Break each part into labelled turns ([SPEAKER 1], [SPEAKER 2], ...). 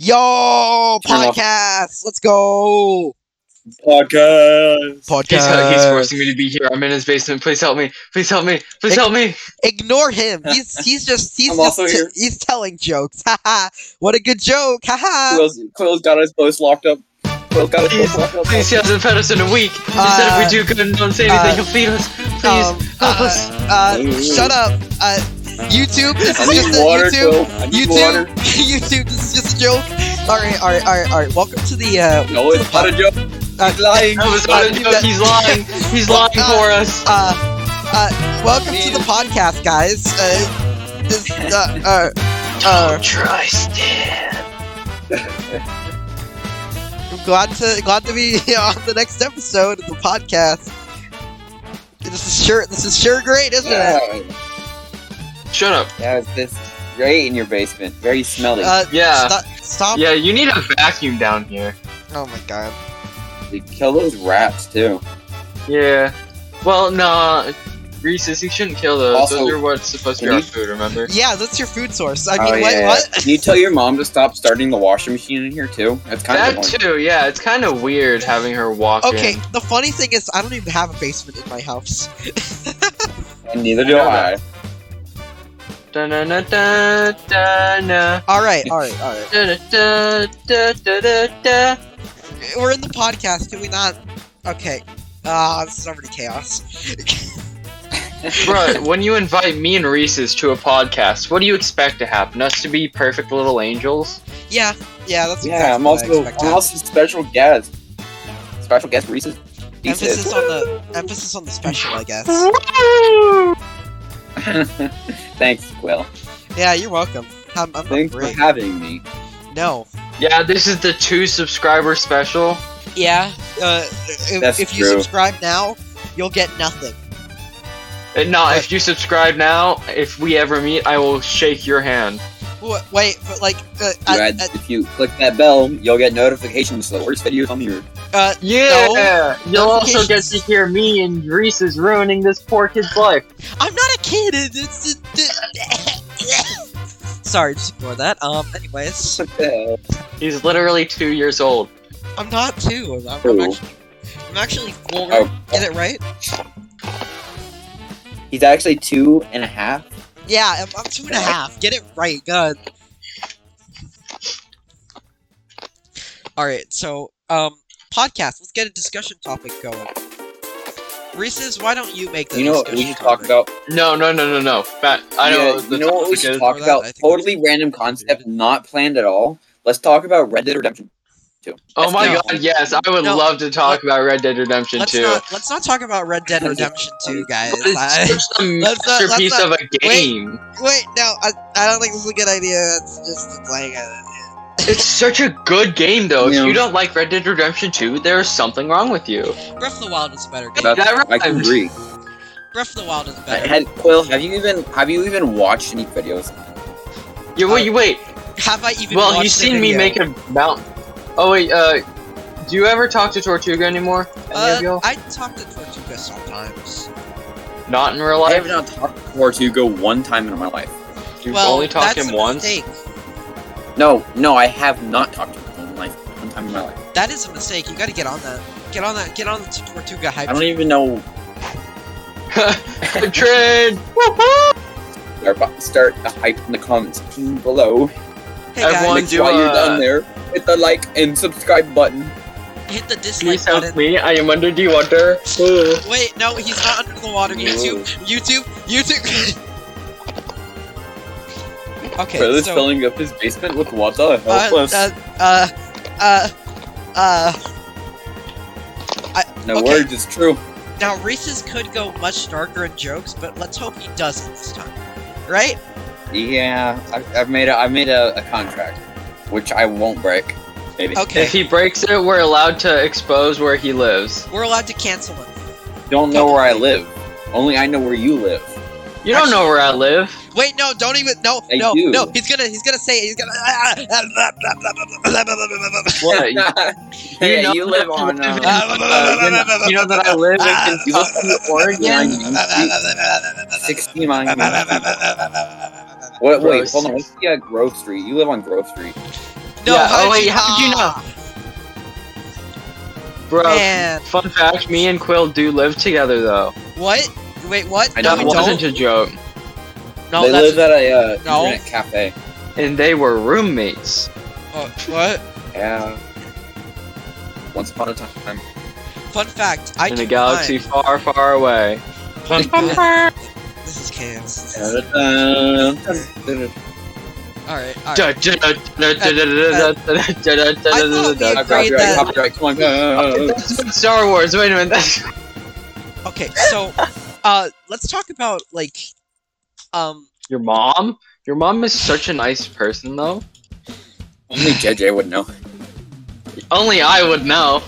[SPEAKER 1] Yo,
[SPEAKER 2] Fair enough.
[SPEAKER 1] podcast. Let's go.
[SPEAKER 2] Podcast.
[SPEAKER 1] Podcast.
[SPEAKER 3] He's, uh, he's forcing me to be here. I'm in his basement. Please help me. Please help me. Please help me.
[SPEAKER 1] Ignore him. He's he's just he's
[SPEAKER 2] I'm
[SPEAKER 1] just
[SPEAKER 2] also
[SPEAKER 1] t-
[SPEAKER 2] here.
[SPEAKER 1] he's telling jokes. Haha. what a good joke. Haha.
[SPEAKER 2] Quill's, Quill's got his post locked up. Quill's got his post locked up.
[SPEAKER 3] Please, he hasn't fed us in a week. He said if we do good and don't say anything,
[SPEAKER 1] uh,
[SPEAKER 3] he'll feed us. Please
[SPEAKER 1] Um,
[SPEAKER 3] help
[SPEAKER 1] uh,
[SPEAKER 3] us.
[SPEAKER 1] uh, shut up. Uh, YouTube. This
[SPEAKER 2] I
[SPEAKER 1] is just
[SPEAKER 2] need
[SPEAKER 1] a
[SPEAKER 2] water,
[SPEAKER 1] YouTube.
[SPEAKER 2] Quill. I need
[SPEAKER 1] YouTube,
[SPEAKER 2] water.
[SPEAKER 1] YouTube, this is just a joke. All right, all right, all right, all right. Welcome to the uh,
[SPEAKER 2] No, it's not a joke. He's lying.
[SPEAKER 3] That was not a
[SPEAKER 1] uh,
[SPEAKER 3] joke. He's lying. He's lying for us.
[SPEAKER 1] uh, uh, welcome to the podcast, guys. Uh, this, uh, uh, uh,
[SPEAKER 3] Trust it.
[SPEAKER 1] I'm glad to glad to be on the next episode of the podcast. This is sure, this is sure great, isn't it?
[SPEAKER 4] Yeah,
[SPEAKER 3] Shut up.
[SPEAKER 4] there's this grate in your basement. Very smelly.
[SPEAKER 1] Uh,
[SPEAKER 3] Yeah.
[SPEAKER 1] Stop. stop.
[SPEAKER 3] Yeah, you need a vacuum down here.
[SPEAKER 1] Oh my god.
[SPEAKER 4] we kill those rats too.
[SPEAKER 3] Yeah. Well, nah. Reese's, you shouldn't kill those.
[SPEAKER 4] Also,
[SPEAKER 3] those are what's supposed to be
[SPEAKER 4] can
[SPEAKER 3] our
[SPEAKER 4] you-
[SPEAKER 3] food, remember?
[SPEAKER 1] Yeah, that's your food source. I
[SPEAKER 4] oh
[SPEAKER 1] mean, what?
[SPEAKER 4] yeah.
[SPEAKER 1] what?
[SPEAKER 4] Can you tell your mom to stop starting the washing machine in here too? That's kind of
[SPEAKER 3] That
[SPEAKER 4] annoying.
[SPEAKER 3] too, yeah. It's kind of weird having her walk in.
[SPEAKER 1] Okay. The funny thing is, I don't even have a basement in my house.
[SPEAKER 4] And neither
[SPEAKER 3] I
[SPEAKER 4] do
[SPEAKER 3] know
[SPEAKER 4] I.
[SPEAKER 3] Da-na-na-da-da-na.
[SPEAKER 1] All right, all right, all right.
[SPEAKER 3] Da-da-da-da-da-da-da.
[SPEAKER 1] We're in the podcast. Can we not? Okay. Ah, this is already chaos.
[SPEAKER 3] Bruh, when you invite me and Reese's to a podcast, what do you expect to happen? Us to be perfect little angels?
[SPEAKER 1] Yeah, yeah, that's exactly
[SPEAKER 4] Yeah, I'm
[SPEAKER 1] what I
[SPEAKER 4] also
[SPEAKER 1] expected.
[SPEAKER 4] I'm also special guest. Special guest Reese's.
[SPEAKER 1] emphasis
[SPEAKER 4] Reese's.
[SPEAKER 1] on the emphasis on the special, I guess.
[SPEAKER 4] Thanks, Quill.
[SPEAKER 1] Yeah, you're welcome. I'm, I'm not
[SPEAKER 4] Thanks for
[SPEAKER 1] great.
[SPEAKER 4] having me.
[SPEAKER 1] No.
[SPEAKER 3] Yeah, this is the two subscriber special.
[SPEAKER 1] Yeah. Uh, if,
[SPEAKER 4] That's
[SPEAKER 1] if you
[SPEAKER 4] true.
[SPEAKER 1] subscribe now, you'll get nothing.
[SPEAKER 3] And no, if you subscribe now, if we ever meet, I will shake your hand.
[SPEAKER 1] W- wait, but like, uh,
[SPEAKER 4] You
[SPEAKER 1] I,
[SPEAKER 4] add- if you click that bell, you'll get notifications for the worst videos on here.
[SPEAKER 1] I- uh,
[SPEAKER 3] Yeah! You'll also get
[SPEAKER 1] Notifications.
[SPEAKER 3] to hear me and Reese's ruining this poor kid's life.
[SPEAKER 1] I'm not a kid. It's, it's, it's- Sorry, just ignore that. Um, anyways,
[SPEAKER 3] He's literally two years old.
[SPEAKER 1] I'm not two. I'm, I'm
[SPEAKER 4] Ooh.
[SPEAKER 1] actually, I'm actually four.
[SPEAKER 4] Oh.
[SPEAKER 1] Get it right?
[SPEAKER 4] He's actually two and a half.
[SPEAKER 1] Yeah, I'm, I'm two and a half. Get it right, God. All right, so um, podcast. Let's get a discussion topic going. Reese's, why don't you make the
[SPEAKER 4] You know what
[SPEAKER 1] discussion
[SPEAKER 4] we should talk
[SPEAKER 1] topic?
[SPEAKER 4] about?
[SPEAKER 3] No, no, no, no, no. Fat. I know.
[SPEAKER 4] Yeah,
[SPEAKER 3] what the
[SPEAKER 4] you know what we
[SPEAKER 3] topic
[SPEAKER 4] should
[SPEAKER 3] is.
[SPEAKER 4] talk
[SPEAKER 1] Or that, I
[SPEAKER 4] about?
[SPEAKER 1] think
[SPEAKER 4] Totally
[SPEAKER 1] we
[SPEAKER 4] random concept, not planned at all. Let's talk about Red Dead Redemption 2.
[SPEAKER 3] Oh my
[SPEAKER 1] No.
[SPEAKER 3] god, yes, I would
[SPEAKER 1] No.
[SPEAKER 3] love to talk about Red Dead Redemption
[SPEAKER 1] Let's
[SPEAKER 3] 2.
[SPEAKER 1] not let's not talk about Red Dead Redemption Two, guys. I-
[SPEAKER 3] It's just a
[SPEAKER 1] Let's not- let's
[SPEAKER 3] masterpiece
[SPEAKER 1] not-
[SPEAKER 3] of a game.
[SPEAKER 1] wait, no, I, I don't think this is a good idea. It's just like uh,
[SPEAKER 3] It's such a good game, though.
[SPEAKER 4] Yeah.
[SPEAKER 3] If you don't like Red Dead Redemption 2, there is something wrong with you.
[SPEAKER 1] Breath of the Wild is a better game.
[SPEAKER 3] That
[SPEAKER 4] That's- I can
[SPEAKER 3] rhymes.
[SPEAKER 4] agree.
[SPEAKER 1] Breath of the Wild is
[SPEAKER 4] I
[SPEAKER 1] better.
[SPEAKER 4] had, Quill, have you even have you even watched any videos?
[SPEAKER 3] You wait, you wait.
[SPEAKER 1] Have I even?
[SPEAKER 3] Well,
[SPEAKER 1] watched
[SPEAKER 3] you've
[SPEAKER 1] the
[SPEAKER 3] seen me
[SPEAKER 1] video?
[SPEAKER 3] make a mountain. Oh wait, uh, do you ever talk to Tortuga anymore? Any of
[SPEAKER 1] Uh,
[SPEAKER 3] y'all?
[SPEAKER 1] I talk to Tortuga sometimes.
[SPEAKER 3] Not in real
[SPEAKER 4] I
[SPEAKER 3] life.
[SPEAKER 4] have not talked to Tortuga one time in my life.
[SPEAKER 3] You've only talked
[SPEAKER 1] that's
[SPEAKER 3] him
[SPEAKER 1] a
[SPEAKER 3] once.
[SPEAKER 1] Mistake.
[SPEAKER 4] No, no, I have not talked to him in my life. One time in my life.
[SPEAKER 1] That is a mistake. You gotta get on that. Get on that. Get on the Tortuga hype.
[SPEAKER 4] I don't even know.
[SPEAKER 3] Trade.
[SPEAKER 4] Start, start the hype in the comments team below.
[SPEAKER 1] hey
[SPEAKER 3] everyone-
[SPEAKER 1] guys,
[SPEAKER 4] Make
[SPEAKER 3] do,
[SPEAKER 4] sure you're
[SPEAKER 3] uh,
[SPEAKER 4] down there. Hit the like and subscribe button.
[SPEAKER 1] hit the dislike
[SPEAKER 3] Please help
[SPEAKER 1] button.
[SPEAKER 3] me. I am under the water. Ooh.
[SPEAKER 1] Wait, no, he's not under the water.
[SPEAKER 4] No.
[SPEAKER 1] YouTube, YouTube, YouTube. okay,
[SPEAKER 4] Quill is
[SPEAKER 1] so
[SPEAKER 4] filling up his basement with water. Help
[SPEAKER 1] uh,
[SPEAKER 4] us.
[SPEAKER 1] uh, uh, uh, uh,
[SPEAKER 4] no
[SPEAKER 1] okay.
[SPEAKER 4] words, it's true.
[SPEAKER 1] now Reese's could go much darker in jokes, but let's hope he doesn't this time, right?
[SPEAKER 4] Yeah, I, I've made a I made a, a contract, which I won't break. Maybe
[SPEAKER 1] Okay,
[SPEAKER 3] If he breaks it, we're allowed to expose where he lives.
[SPEAKER 1] we're allowed to cancel him.
[SPEAKER 4] don't know where I live. Only I know where you live.
[SPEAKER 3] You don't know where I live.
[SPEAKER 1] Wait, no, don't even. No,
[SPEAKER 4] I
[SPEAKER 1] no,
[SPEAKER 4] do.
[SPEAKER 1] no. He's gonna, he's gonna say it. He's gonna. ah, ah, ah, blah, blah, blah, blah, blah, blah, blah, blah, blah, blah.
[SPEAKER 3] What? You-
[SPEAKER 4] Yeah,
[SPEAKER 3] know
[SPEAKER 4] you
[SPEAKER 3] that
[SPEAKER 4] live
[SPEAKER 3] I
[SPEAKER 4] on.
[SPEAKER 3] live in-
[SPEAKER 4] Uh,
[SPEAKER 3] uh, you know that I live in
[SPEAKER 4] you live in Oregon. Sixty miles. What?
[SPEAKER 3] Gross.
[SPEAKER 4] Wait, hold on. What's the uh, Grove Street? You live on Grove Street.
[SPEAKER 1] No,
[SPEAKER 3] Yeah,
[SPEAKER 1] how
[SPEAKER 3] oh
[SPEAKER 1] did
[SPEAKER 3] wait,
[SPEAKER 1] you,
[SPEAKER 3] how did you
[SPEAKER 1] Ah,
[SPEAKER 3] Bro,
[SPEAKER 1] Man.
[SPEAKER 3] fun fact, me and Quill do live together though.
[SPEAKER 1] What? Wait, what?
[SPEAKER 4] I
[SPEAKER 1] no,
[SPEAKER 3] that
[SPEAKER 1] we
[SPEAKER 4] don't-
[SPEAKER 1] don't.
[SPEAKER 3] wasn't a joke.
[SPEAKER 1] No,
[SPEAKER 4] they
[SPEAKER 1] that's
[SPEAKER 4] live at a uh,
[SPEAKER 1] No.
[SPEAKER 4] internet cafe.
[SPEAKER 3] And they were roommates.
[SPEAKER 1] uh, what?
[SPEAKER 4] Yeah. Once upon a time.
[SPEAKER 1] Fun fact. I
[SPEAKER 3] in a
[SPEAKER 1] can
[SPEAKER 3] galaxy far, far away.
[SPEAKER 1] Find... this is chaos. All right. All right. Uh,
[SPEAKER 4] I've
[SPEAKER 1] Great, that-
[SPEAKER 4] copyright. Come on. go.
[SPEAKER 3] That's from Star Wars. Wait a minute. That's
[SPEAKER 1] Okay. So, uh, let's talk about like, um,
[SPEAKER 3] your mom. Your mom is such a nice person, though.
[SPEAKER 4] Only JJ would know.
[SPEAKER 3] Only I would know.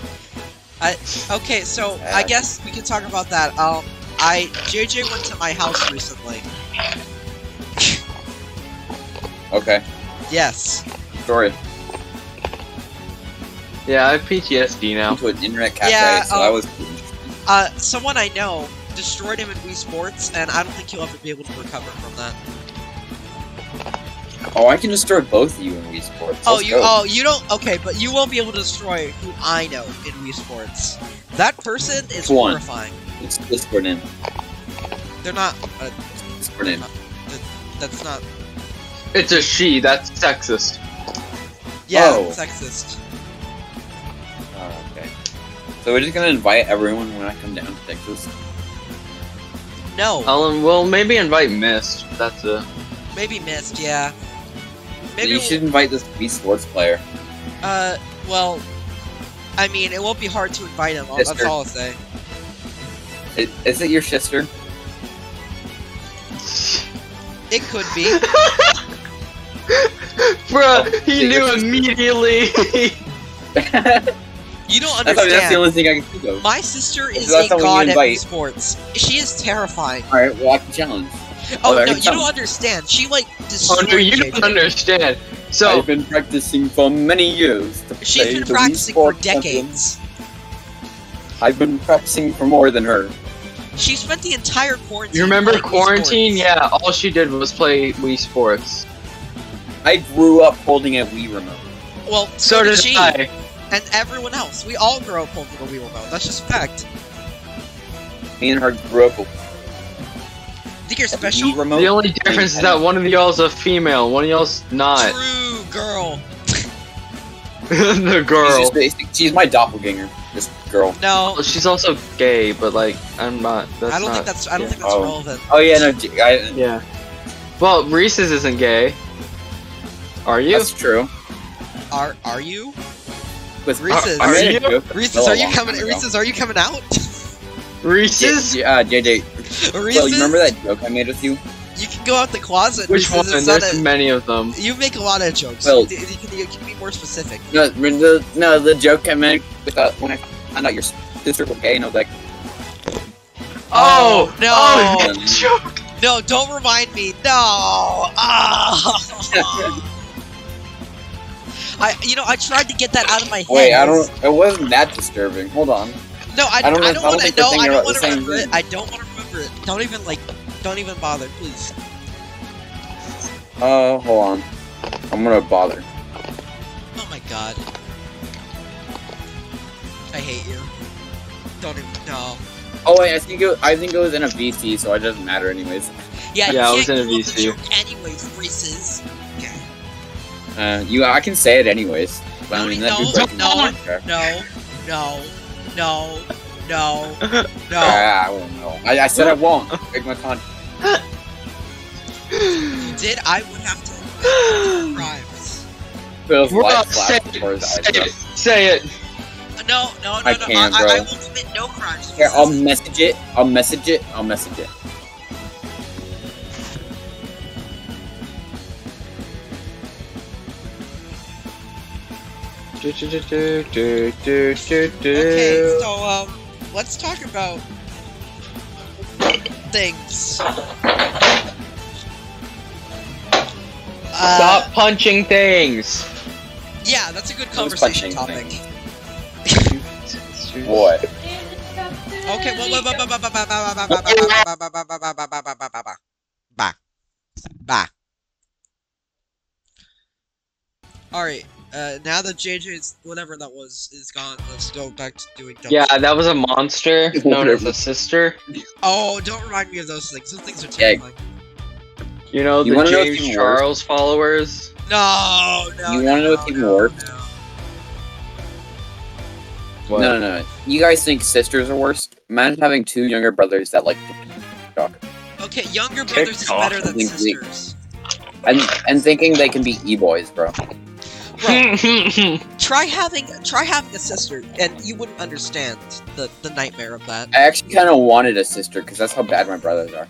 [SPEAKER 1] Okay, so I guess we can talk about that. Um, I JJ went to my house recently.
[SPEAKER 4] Okay.
[SPEAKER 1] Yes.
[SPEAKER 4] Story.
[SPEAKER 3] Yeah, I have PTSD now.
[SPEAKER 4] To an internet cafe.
[SPEAKER 1] Yeah,
[SPEAKER 4] so
[SPEAKER 1] um,
[SPEAKER 4] I was.
[SPEAKER 1] Uh, someone I know destroyed him in Wii Sports, and I don't think he'll ever be able to recover from that.
[SPEAKER 4] Oh, I can destroy both of you in Wii Sports.
[SPEAKER 1] oh,
[SPEAKER 4] Let's
[SPEAKER 1] you.
[SPEAKER 4] go.
[SPEAKER 1] Oh, you don't. Okay, but you won't be able to destroy who I know in Wii Sports. That person is
[SPEAKER 4] It's one.
[SPEAKER 1] horrifying.
[SPEAKER 4] Let's Discord in.
[SPEAKER 1] They're not. Uh,
[SPEAKER 4] Discord in.
[SPEAKER 1] that's not.
[SPEAKER 3] It's a she. That's sexist.
[SPEAKER 1] Yeah,
[SPEAKER 4] Oh.
[SPEAKER 1] sexist.
[SPEAKER 4] Oh, okay. So we're just gonna invite everyone when I come down to Texas.
[SPEAKER 1] No,
[SPEAKER 4] Oh.
[SPEAKER 3] Ellen, well, maybe invite Mist. That's a.
[SPEAKER 1] maybe missed. Yeah.
[SPEAKER 4] So
[SPEAKER 1] Maybe
[SPEAKER 4] you should invite this Wii Sports player.
[SPEAKER 1] Uh, well, I mean, it won't be hard to invite him. I'll- That's
[SPEAKER 4] Sister.
[SPEAKER 1] all I'll say.
[SPEAKER 4] Is, is it your sister?
[SPEAKER 1] It could be. Oh,
[SPEAKER 3] Bruh, he knew immediately.
[SPEAKER 4] that's,
[SPEAKER 1] You don't
[SPEAKER 4] that's the
[SPEAKER 1] understand.
[SPEAKER 4] only thing I can think of.
[SPEAKER 1] My sister is
[SPEAKER 4] That's
[SPEAKER 1] a
[SPEAKER 4] someone you
[SPEAKER 1] god at
[SPEAKER 4] invite.
[SPEAKER 1] sports. She is terrifying.
[SPEAKER 4] All right, well I can challenge.
[SPEAKER 1] Oh
[SPEAKER 4] there
[SPEAKER 1] no,
[SPEAKER 4] you
[SPEAKER 1] you
[SPEAKER 4] go.
[SPEAKER 1] don't understand. She like
[SPEAKER 3] Oh
[SPEAKER 1] destroyed
[SPEAKER 3] no, you
[SPEAKER 1] JJ.
[SPEAKER 3] don't understand. So,
[SPEAKER 4] I've been practicing for many years. To
[SPEAKER 1] She's
[SPEAKER 4] play
[SPEAKER 1] been
[SPEAKER 4] the Wii
[SPEAKER 1] practicing for
[SPEAKER 4] Sports champion.
[SPEAKER 1] decades.
[SPEAKER 4] I've been practicing for more than her.
[SPEAKER 1] She spent the entire quarantine.
[SPEAKER 3] you remember
[SPEAKER 1] playing Wii
[SPEAKER 3] quarantine?
[SPEAKER 1] Sports.
[SPEAKER 3] Yeah, all she did was play Wii Sports.
[SPEAKER 4] I grew up holding a Wii remote.
[SPEAKER 1] Well,
[SPEAKER 3] So did
[SPEAKER 1] she
[SPEAKER 3] I.
[SPEAKER 1] and everyone else. We all grow up holding a Wii remote. That's just a fact.
[SPEAKER 4] Me and her grew up with
[SPEAKER 1] Think you're
[SPEAKER 4] a
[SPEAKER 1] special?
[SPEAKER 4] Wii remote.
[SPEAKER 3] The only difference is that one of y'all's a female, one of y'all's not.
[SPEAKER 1] True girl.
[SPEAKER 3] the
[SPEAKER 4] She's,
[SPEAKER 3] girl.
[SPEAKER 4] just basic. She's my doppelganger. This girl.
[SPEAKER 1] No,
[SPEAKER 3] She's also gay, but like, I'm not. That's
[SPEAKER 1] I don't
[SPEAKER 3] not.
[SPEAKER 1] think that's. I don't
[SPEAKER 3] yeah.
[SPEAKER 1] think that's
[SPEAKER 4] Oh.
[SPEAKER 1] relevant.
[SPEAKER 4] Oh yeah, no, J- I,
[SPEAKER 3] Yeah. Well, Reese's isn't gay. Are you?
[SPEAKER 4] that's true.
[SPEAKER 1] Are are you?
[SPEAKER 4] With
[SPEAKER 1] Reese's.
[SPEAKER 4] I made a
[SPEAKER 3] Are you?
[SPEAKER 4] joke with
[SPEAKER 1] Reese's,
[SPEAKER 4] Noah
[SPEAKER 1] are
[SPEAKER 4] a
[SPEAKER 1] you
[SPEAKER 4] long
[SPEAKER 1] coming?
[SPEAKER 4] time ago.
[SPEAKER 1] Reese's, are you coming out?
[SPEAKER 3] Reese's?
[SPEAKER 4] Yeah, JJ.
[SPEAKER 1] Reese's,
[SPEAKER 4] Well, you remember that joke I made with you?
[SPEAKER 1] You can go out the closet.
[SPEAKER 3] Which one?
[SPEAKER 1] Reese's, it's
[SPEAKER 3] There's
[SPEAKER 1] not a-
[SPEAKER 3] many of them.
[SPEAKER 1] you make a lot of jokes.
[SPEAKER 4] Well-
[SPEAKER 1] D- you, can, you can be more specific.
[SPEAKER 4] No, the, no, the joke I made with uh, when I found out your sister was gay, and I was like,
[SPEAKER 1] Oh, no.
[SPEAKER 3] Oh,
[SPEAKER 4] Yeah.
[SPEAKER 3] that joke.
[SPEAKER 1] No, don't remind me. No. Ah. I, you know, I tried to get that out of my head.
[SPEAKER 4] wait, I don't. It wasn't that disturbing. Hold on.
[SPEAKER 1] No, I,
[SPEAKER 4] I don't know-
[SPEAKER 1] I
[SPEAKER 4] I
[SPEAKER 1] don't
[SPEAKER 4] don't
[SPEAKER 1] want to
[SPEAKER 4] think we're
[SPEAKER 1] know. I don't
[SPEAKER 4] thinking about
[SPEAKER 1] want
[SPEAKER 4] the
[SPEAKER 1] to
[SPEAKER 4] same
[SPEAKER 1] remember it.
[SPEAKER 4] thing.
[SPEAKER 1] I don't want to remember it. Don't even like. Don't even bother, please.
[SPEAKER 4] Uh, hold on. I'm gonna bother.
[SPEAKER 1] Oh my god. I hate you. Don't even. No.
[SPEAKER 4] Oh wait, I think it. I think it was in a VC, so it doesn't matter anyways.
[SPEAKER 1] Yeah.
[SPEAKER 3] Yeah, I
[SPEAKER 1] you
[SPEAKER 3] was
[SPEAKER 1] can't
[SPEAKER 3] in a
[SPEAKER 1] go up the
[SPEAKER 3] VC.
[SPEAKER 1] joke Anyways, Reese's.
[SPEAKER 4] Uh, you, I can say it anyways. But, I mean, that'd
[SPEAKER 1] No,
[SPEAKER 4] be breaking
[SPEAKER 1] no,
[SPEAKER 4] the contract.
[SPEAKER 1] No, no, no, no, no.
[SPEAKER 4] Ah, I won't know. I, I said I won't break my contract.
[SPEAKER 1] If you did, I would have to crimes.
[SPEAKER 4] Bill's
[SPEAKER 3] We're
[SPEAKER 4] life
[SPEAKER 3] not saying-
[SPEAKER 4] flashed before his eyes,
[SPEAKER 3] Say
[SPEAKER 4] bro.
[SPEAKER 3] it. Say it.
[SPEAKER 1] Uh, No, no, no,
[SPEAKER 4] I
[SPEAKER 1] no.
[SPEAKER 4] can't,
[SPEAKER 1] I,
[SPEAKER 4] bro.
[SPEAKER 1] I, I will commit no crimes.
[SPEAKER 4] Here, I'll message it. I'll message it. I'll message it.
[SPEAKER 1] okay, so um, let's talk about things. Uh,
[SPEAKER 3] Stop punching things.
[SPEAKER 1] yeah, that's a good
[SPEAKER 4] Who's
[SPEAKER 1] conversation
[SPEAKER 4] punching
[SPEAKER 1] topic.
[SPEAKER 4] What?
[SPEAKER 1] Okay, well, well, well, well, well, well, well, well, well, well, well, well, well, well, well, well, well, well, well, well. Bye. Bye. All right. Uh, now that JJ's whatever that was is gone, let's go back to doing. dumb
[SPEAKER 3] Yeah,
[SPEAKER 1] shit.
[SPEAKER 3] that was a monster known as the sister.
[SPEAKER 1] Oh, don't remind me of those things. Those things are
[SPEAKER 4] Yeah.
[SPEAKER 1] terrifying.
[SPEAKER 3] You know,
[SPEAKER 4] You
[SPEAKER 3] the
[SPEAKER 4] wanna know what's
[SPEAKER 3] James
[SPEAKER 4] even worse?
[SPEAKER 3] Charles followers.
[SPEAKER 1] No, no.
[SPEAKER 4] You wanna know
[SPEAKER 1] no,
[SPEAKER 4] what's even
[SPEAKER 1] no,
[SPEAKER 4] worse?
[SPEAKER 1] no.
[SPEAKER 3] What?
[SPEAKER 4] No, no, no. You guys think sisters are worse? Imagine having two younger brothers that like TikTok
[SPEAKER 1] Okay, younger brothers is
[SPEAKER 3] TikTok,
[SPEAKER 1] better
[SPEAKER 4] I
[SPEAKER 1] than
[SPEAKER 4] think we-
[SPEAKER 1] sisters.
[SPEAKER 4] and and thinking they can be e boys, bro.
[SPEAKER 1] Bro, try having try having a sister, and you wouldn't understand the the nightmare of that.
[SPEAKER 4] I actually kind of wanted a sister because that's how bad my brothers are.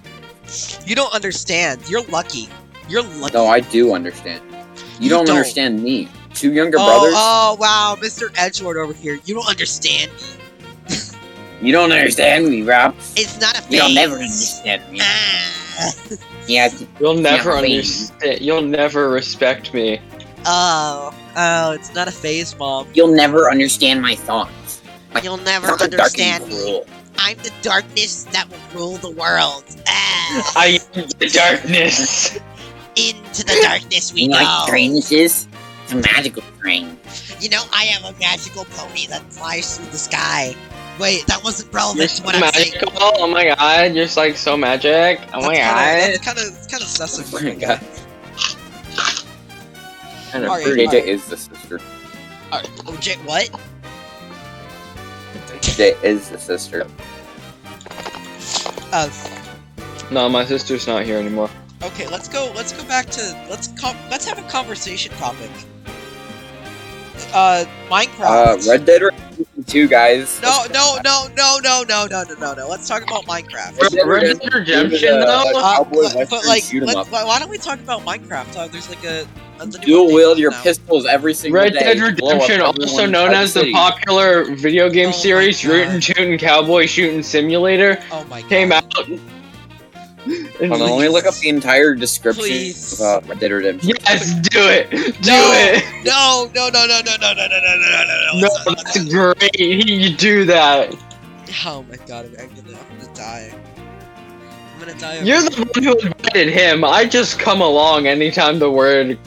[SPEAKER 1] You don't understand. You're lucky. You're lucky.
[SPEAKER 4] No, I do understand. You
[SPEAKER 1] You
[SPEAKER 4] don't,
[SPEAKER 1] don't.
[SPEAKER 4] understand me. Two younger
[SPEAKER 1] oh,
[SPEAKER 4] brothers.
[SPEAKER 1] oh wow, Mr. Edgelord over here. You don't understand me.
[SPEAKER 4] You don't understand me, bro.
[SPEAKER 1] It's not a
[SPEAKER 4] You
[SPEAKER 1] phase.
[SPEAKER 4] don't never understand me.
[SPEAKER 1] Ah.
[SPEAKER 4] Yeah,
[SPEAKER 3] you'll never
[SPEAKER 4] Yeah, lame.
[SPEAKER 3] understand. You'll never respect me.
[SPEAKER 1] Oh, oh, it's not a phase, mom.
[SPEAKER 4] you'll never understand my thoughts. Like,
[SPEAKER 1] You'll never
[SPEAKER 4] Not the dark and
[SPEAKER 1] understand me.
[SPEAKER 4] cruel.
[SPEAKER 1] I'm the darkness that will rule the world. Ah,
[SPEAKER 3] I am the darkness.
[SPEAKER 1] into the darkness we
[SPEAKER 4] You
[SPEAKER 1] go.
[SPEAKER 4] like strangeness? It's a magical train.
[SPEAKER 1] You know, I am a magical pony that flies through the sky. Wait, that wasn't relevant
[SPEAKER 3] You're
[SPEAKER 1] to
[SPEAKER 3] so
[SPEAKER 1] what I'm saying.
[SPEAKER 3] magical. Oh my god, you're just, like so magic. Oh my god.
[SPEAKER 1] That's kind of kind of sus of
[SPEAKER 4] Oh
[SPEAKER 1] you.
[SPEAKER 4] my god. And
[SPEAKER 1] Alright,
[SPEAKER 4] Jada
[SPEAKER 1] alright.
[SPEAKER 4] is the sister.
[SPEAKER 1] Uh, oh, Jay, what?
[SPEAKER 4] Jada is the sister.
[SPEAKER 1] Uh,
[SPEAKER 3] No, my sister's not here anymore.
[SPEAKER 1] okay, let's go. Let's go back to let's com- let's have a conversation topic. Uh,
[SPEAKER 4] Uh,
[SPEAKER 1] Minecraft.
[SPEAKER 4] Red Dead Redemption 2, guys.
[SPEAKER 1] no, no, no, no, no, no, no, no, no, no. Let's talk about Minecraft.
[SPEAKER 4] Red Dead
[SPEAKER 3] Red Dead Redemption, though.
[SPEAKER 1] Uh,
[SPEAKER 4] Cowboy
[SPEAKER 1] but- but,
[SPEAKER 4] Western
[SPEAKER 1] like,
[SPEAKER 4] shoot 'em
[SPEAKER 1] let-
[SPEAKER 4] up.
[SPEAKER 1] why, why don't we talk about Minecraft? Uh, there's like a, a the new
[SPEAKER 4] Dual
[SPEAKER 1] update
[SPEAKER 4] wield your
[SPEAKER 1] now.
[SPEAKER 4] pistols every single
[SPEAKER 3] Red
[SPEAKER 4] day.
[SPEAKER 3] Dead
[SPEAKER 4] to blow up
[SPEAKER 3] Redemption, also
[SPEAKER 4] everyone
[SPEAKER 3] known
[SPEAKER 4] inside
[SPEAKER 3] as the
[SPEAKER 4] city.
[SPEAKER 3] popular video
[SPEAKER 1] Oh
[SPEAKER 3] game
[SPEAKER 1] my
[SPEAKER 3] series
[SPEAKER 1] God.
[SPEAKER 3] Rootin' Tootin' Cowboy Shootin' Simulator,
[SPEAKER 1] Oh my god.
[SPEAKER 3] came out. And
[SPEAKER 4] Hold on, let me look up the entire description
[SPEAKER 1] Please.
[SPEAKER 4] of uh, Red Dead Redemption.
[SPEAKER 3] Yes, do it, do
[SPEAKER 1] No.
[SPEAKER 3] it.
[SPEAKER 1] No, no, no, no, no, no, no, no, no, no, no, no, no.
[SPEAKER 3] No,
[SPEAKER 1] it's not-
[SPEAKER 3] that's great. You do that.
[SPEAKER 1] Oh my god, I'm gonna, I'm gonna die. I'm gonna die.
[SPEAKER 3] You're
[SPEAKER 1] over-
[SPEAKER 3] the one who invited him. I just come along anytime the word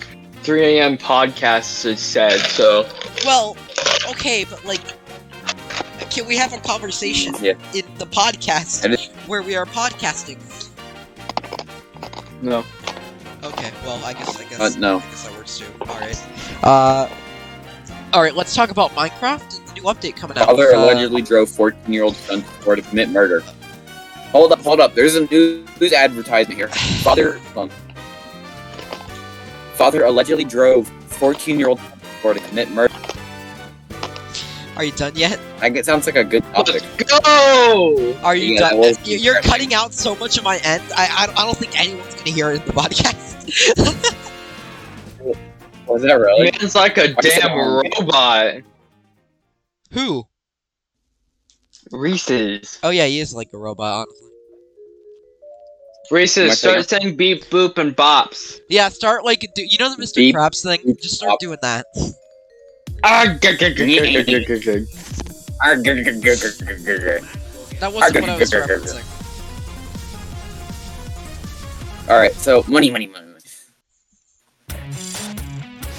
[SPEAKER 3] 3 a.m. podcast is said. So
[SPEAKER 1] Well, okay, but like, can we have a conversation
[SPEAKER 4] Yeah.
[SPEAKER 1] in the podcast
[SPEAKER 4] And
[SPEAKER 1] where we are podcasting?
[SPEAKER 3] no.
[SPEAKER 1] Okay, well, I guess I guess
[SPEAKER 4] Uh, no.
[SPEAKER 1] I guess that works too. All right. Uh, all right. Let's talk about Minecraft and the new update coming out.
[SPEAKER 4] Father
[SPEAKER 1] Uh,
[SPEAKER 4] allegedly drove 14 year old son to court to commit murder. Hold up, hold up. There's a news news advertisement here. Father. hold on. Father allegedly drove 14 year old son to court to commit murder.
[SPEAKER 1] are you done yet?
[SPEAKER 4] I guess it sounds like a good topic.
[SPEAKER 3] Let's go.
[SPEAKER 1] Are you
[SPEAKER 4] Yeah,
[SPEAKER 1] done?
[SPEAKER 4] that was
[SPEAKER 1] you- You're
[SPEAKER 4] interesting.
[SPEAKER 1] cutting out so much of my end. I, I, I don't think anyone's gonna hear it in the podcast.
[SPEAKER 4] Was that really?
[SPEAKER 3] Man's like a
[SPEAKER 4] just
[SPEAKER 3] damn
[SPEAKER 4] wrong.
[SPEAKER 3] robot.
[SPEAKER 1] Who?
[SPEAKER 3] Reese's.
[SPEAKER 1] Oh yeah, he is like a robot. Honestly.
[SPEAKER 4] My
[SPEAKER 3] Reese's. Start saying beep, boop, and bops.
[SPEAKER 1] Yeah, start like do, you know the Mr.
[SPEAKER 4] Beep.
[SPEAKER 1] Krabs thing.
[SPEAKER 4] Beep.
[SPEAKER 1] Just start doing that.
[SPEAKER 3] Ah, gug, gug, gug, gug, gug, gug, gug.
[SPEAKER 1] That wasn't what I was referencing.
[SPEAKER 4] Alright, so money, money, money. money. You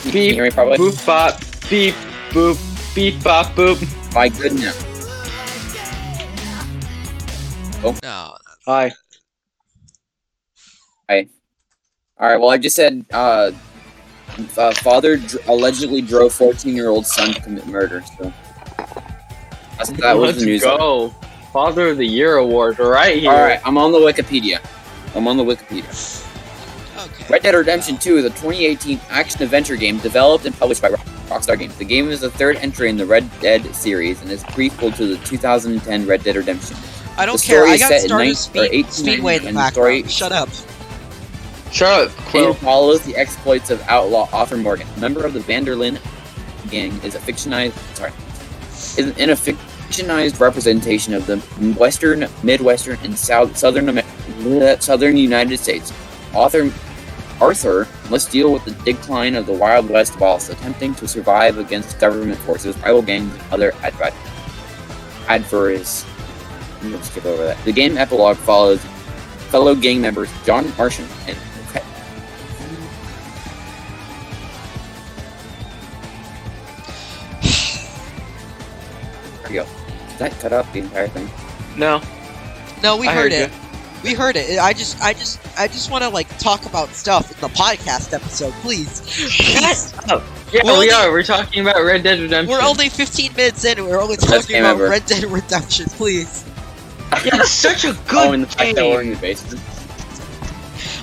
[SPEAKER 4] can
[SPEAKER 3] Beep,
[SPEAKER 4] hear me probably?
[SPEAKER 3] boop, bop, beep, boop, beep, bop, boop.
[SPEAKER 4] My goodness.
[SPEAKER 1] No.
[SPEAKER 3] Hi.
[SPEAKER 4] Alright, well, I just said, uh, uh father dr- allegedly drove 14 year old son to commit murder, so. That's, that was
[SPEAKER 3] Let's
[SPEAKER 4] the news.
[SPEAKER 3] go. Father of the Year award right here.
[SPEAKER 4] Alright, I'm on the Wikipedia. I'm on the Wikipedia.
[SPEAKER 1] Okay.
[SPEAKER 4] Red Dead Redemption 2 is a 2018 action adventure game developed and published by Rock- Rockstar Games. The game is the third entry in the Red Dead series and is prequel to the 2010 Red Dead Redemption.
[SPEAKER 1] I don't
[SPEAKER 4] the
[SPEAKER 1] care.
[SPEAKER 4] story
[SPEAKER 1] I
[SPEAKER 4] is
[SPEAKER 1] got
[SPEAKER 4] set in
[SPEAKER 1] started
[SPEAKER 4] 19 or
[SPEAKER 1] speed,
[SPEAKER 4] 1890
[SPEAKER 1] speedway in the
[SPEAKER 4] and the story-
[SPEAKER 1] background. Shut up.
[SPEAKER 3] Shut up,
[SPEAKER 4] It
[SPEAKER 3] Quill.
[SPEAKER 4] follows the exploits of outlaw Arthur Morgan, a member of the Vanderlyn gang, is a fictionized sorry, is in a fictionized representation of the western, midwestern, and south southern Amer- southern United States. Author Arthur must deal with the decline of the Wild West whilst attempting to survive against government forces, rival gangs, and other adver- adversaries. I'm gonna skip over that. The game epilogue follows fellow gang members John Martian and we go. Did that cut up the entire thing?
[SPEAKER 3] No,
[SPEAKER 1] No, we
[SPEAKER 3] I
[SPEAKER 1] heard,
[SPEAKER 3] heard
[SPEAKER 1] it. We heard it. I just, I just, I just want to like talk about stuff in the podcast episode, please. Please.
[SPEAKER 3] Yeah,
[SPEAKER 1] Well,
[SPEAKER 3] we
[SPEAKER 1] the-
[SPEAKER 3] are. We're talking about Red Dead Redemption.
[SPEAKER 1] We're only 15 minutes in. and We're only
[SPEAKER 4] Best
[SPEAKER 1] talking
[SPEAKER 4] game
[SPEAKER 1] about
[SPEAKER 4] ever.
[SPEAKER 1] Red Dead Redemption, please.
[SPEAKER 3] Yeah, it's such a
[SPEAKER 4] oh,
[SPEAKER 3] good
[SPEAKER 4] and the fact that we're
[SPEAKER 3] game.
[SPEAKER 4] in the basement.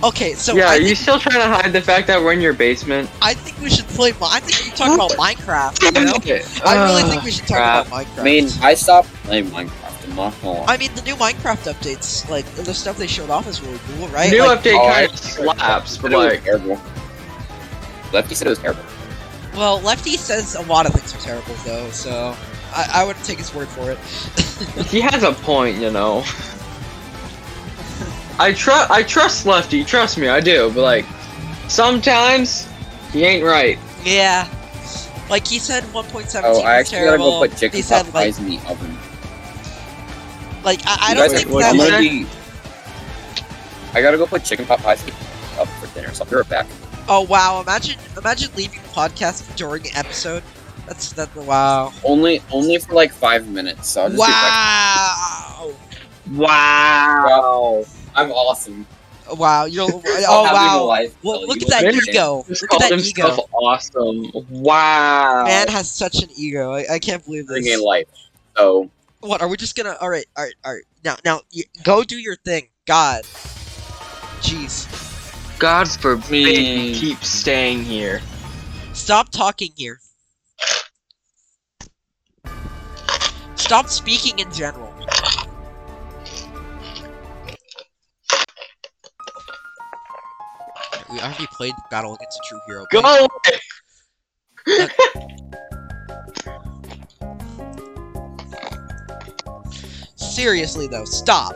[SPEAKER 1] Okay, so
[SPEAKER 3] yeah,
[SPEAKER 1] I,
[SPEAKER 3] are you still trying to hide the fact that we're in your basement?
[SPEAKER 1] I think we should play. Mi- I think we should talk about Minecraft. You know? I really think we should talk
[SPEAKER 3] crap.
[SPEAKER 1] about Minecraft.
[SPEAKER 4] I mean, I stopped playing Minecraft. I'm not gonna lie.
[SPEAKER 1] I mean, the new Minecraft updates, like the stuff they showed off, is really cool, right?
[SPEAKER 3] New
[SPEAKER 1] Like,
[SPEAKER 3] update
[SPEAKER 4] oh,
[SPEAKER 3] kind
[SPEAKER 4] I-
[SPEAKER 3] of slaps,
[SPEAKER 4] Said
[SPEAKER 3] but
[SPEAKER 4] it was
[SPEAKER 3] like,
[SPEAKER 4] terrible. Lefty said it was terrible.
[SPEAKER 1] well, Lefty says a lot of things are terrible though, so I, I would take his word for it.
[SPEAKER 3] he has a point, you know. I trust, I trust Lefty. Trust me, I do. But like, sometimes he ain't right.
[SPEAKER 1] Yeah. Like he said, 1.17
[SPEAKER 4] Oh,
[SPEAKER 1] was
[SPEAKER 4] I actually gotta
[SPEAKER 1] terrible.
[SPEAKER 4] go put chicken
[SPEAKER 1] he said
[SPEAKER 4] pot
[SPEAKER 1] like,
[SPEAKER 4] pies in the oven.
[SPEAKER 1] like I, I
[SPEAKER 4] You
[SPEAKER 1] don't
[SPEAKER 4] guys
[SPEAKER 1] think
[SPEAKER 4] are- I'm
[SPEAKER 1] that.
[SPEAKER 3] you
[SPEAKER 4] gonna
[SPEAKER 3] said?
[SPEAKER 4] be- I gotta go put chicken pot pies in the oven for dinner, so I'll be right back.
[SPEAKER 1] Oh wow! Imagine, imagine leaving the podcast during an episode. That's that. Wow.
[SPEAKER 4] Only, only for like five minutes. So I'll just be back.
[SPEAKER 1] Wow.
[SPEAKER 4] Wow, I'm awesome.
[SPEAKER 1] Wow. You're. Oh
[SPEAKER 4] I'll have you in
[SPEAKER 1] wow.
[SPEAKER 4] life.
[SPEAKER 1] Well,
[SPEAKER 4] So
[SPEAKER 1] look
[SPEAKER 4] you
[SPEAKER 1] at that
[SPEAKER 4] will be
[SPEAKER 1] ego.
[SPEAKER 3] Just
[SPEAKER 1] Look at that
[SPEAKER 3] called himself
[SPEAKER 1] ego.
[SPEAKER 3] awesome. Wow.
[SPEAKER 1] Man has such an ego. I, I can't believe
[SPEAKER 4] Living a
[SPEAKER 1] this.
[SPEAKER 4] life. So
[SPEAKER 1] What are we just gonna? All right, all right, all right. Now, now, y- go do your thing. God. Jeez.
[SPEAKER 3] God forbid
[SPEAKER 4] Me.
[SPEAKER 3] you keep staying here.
[SPEAKER 1] Stop talking here. Stop speaking in general. We already played Battle Against a True Hero.
[SPEAKER 3] Go away.
[SPEAKER 1] Seriously though, stop.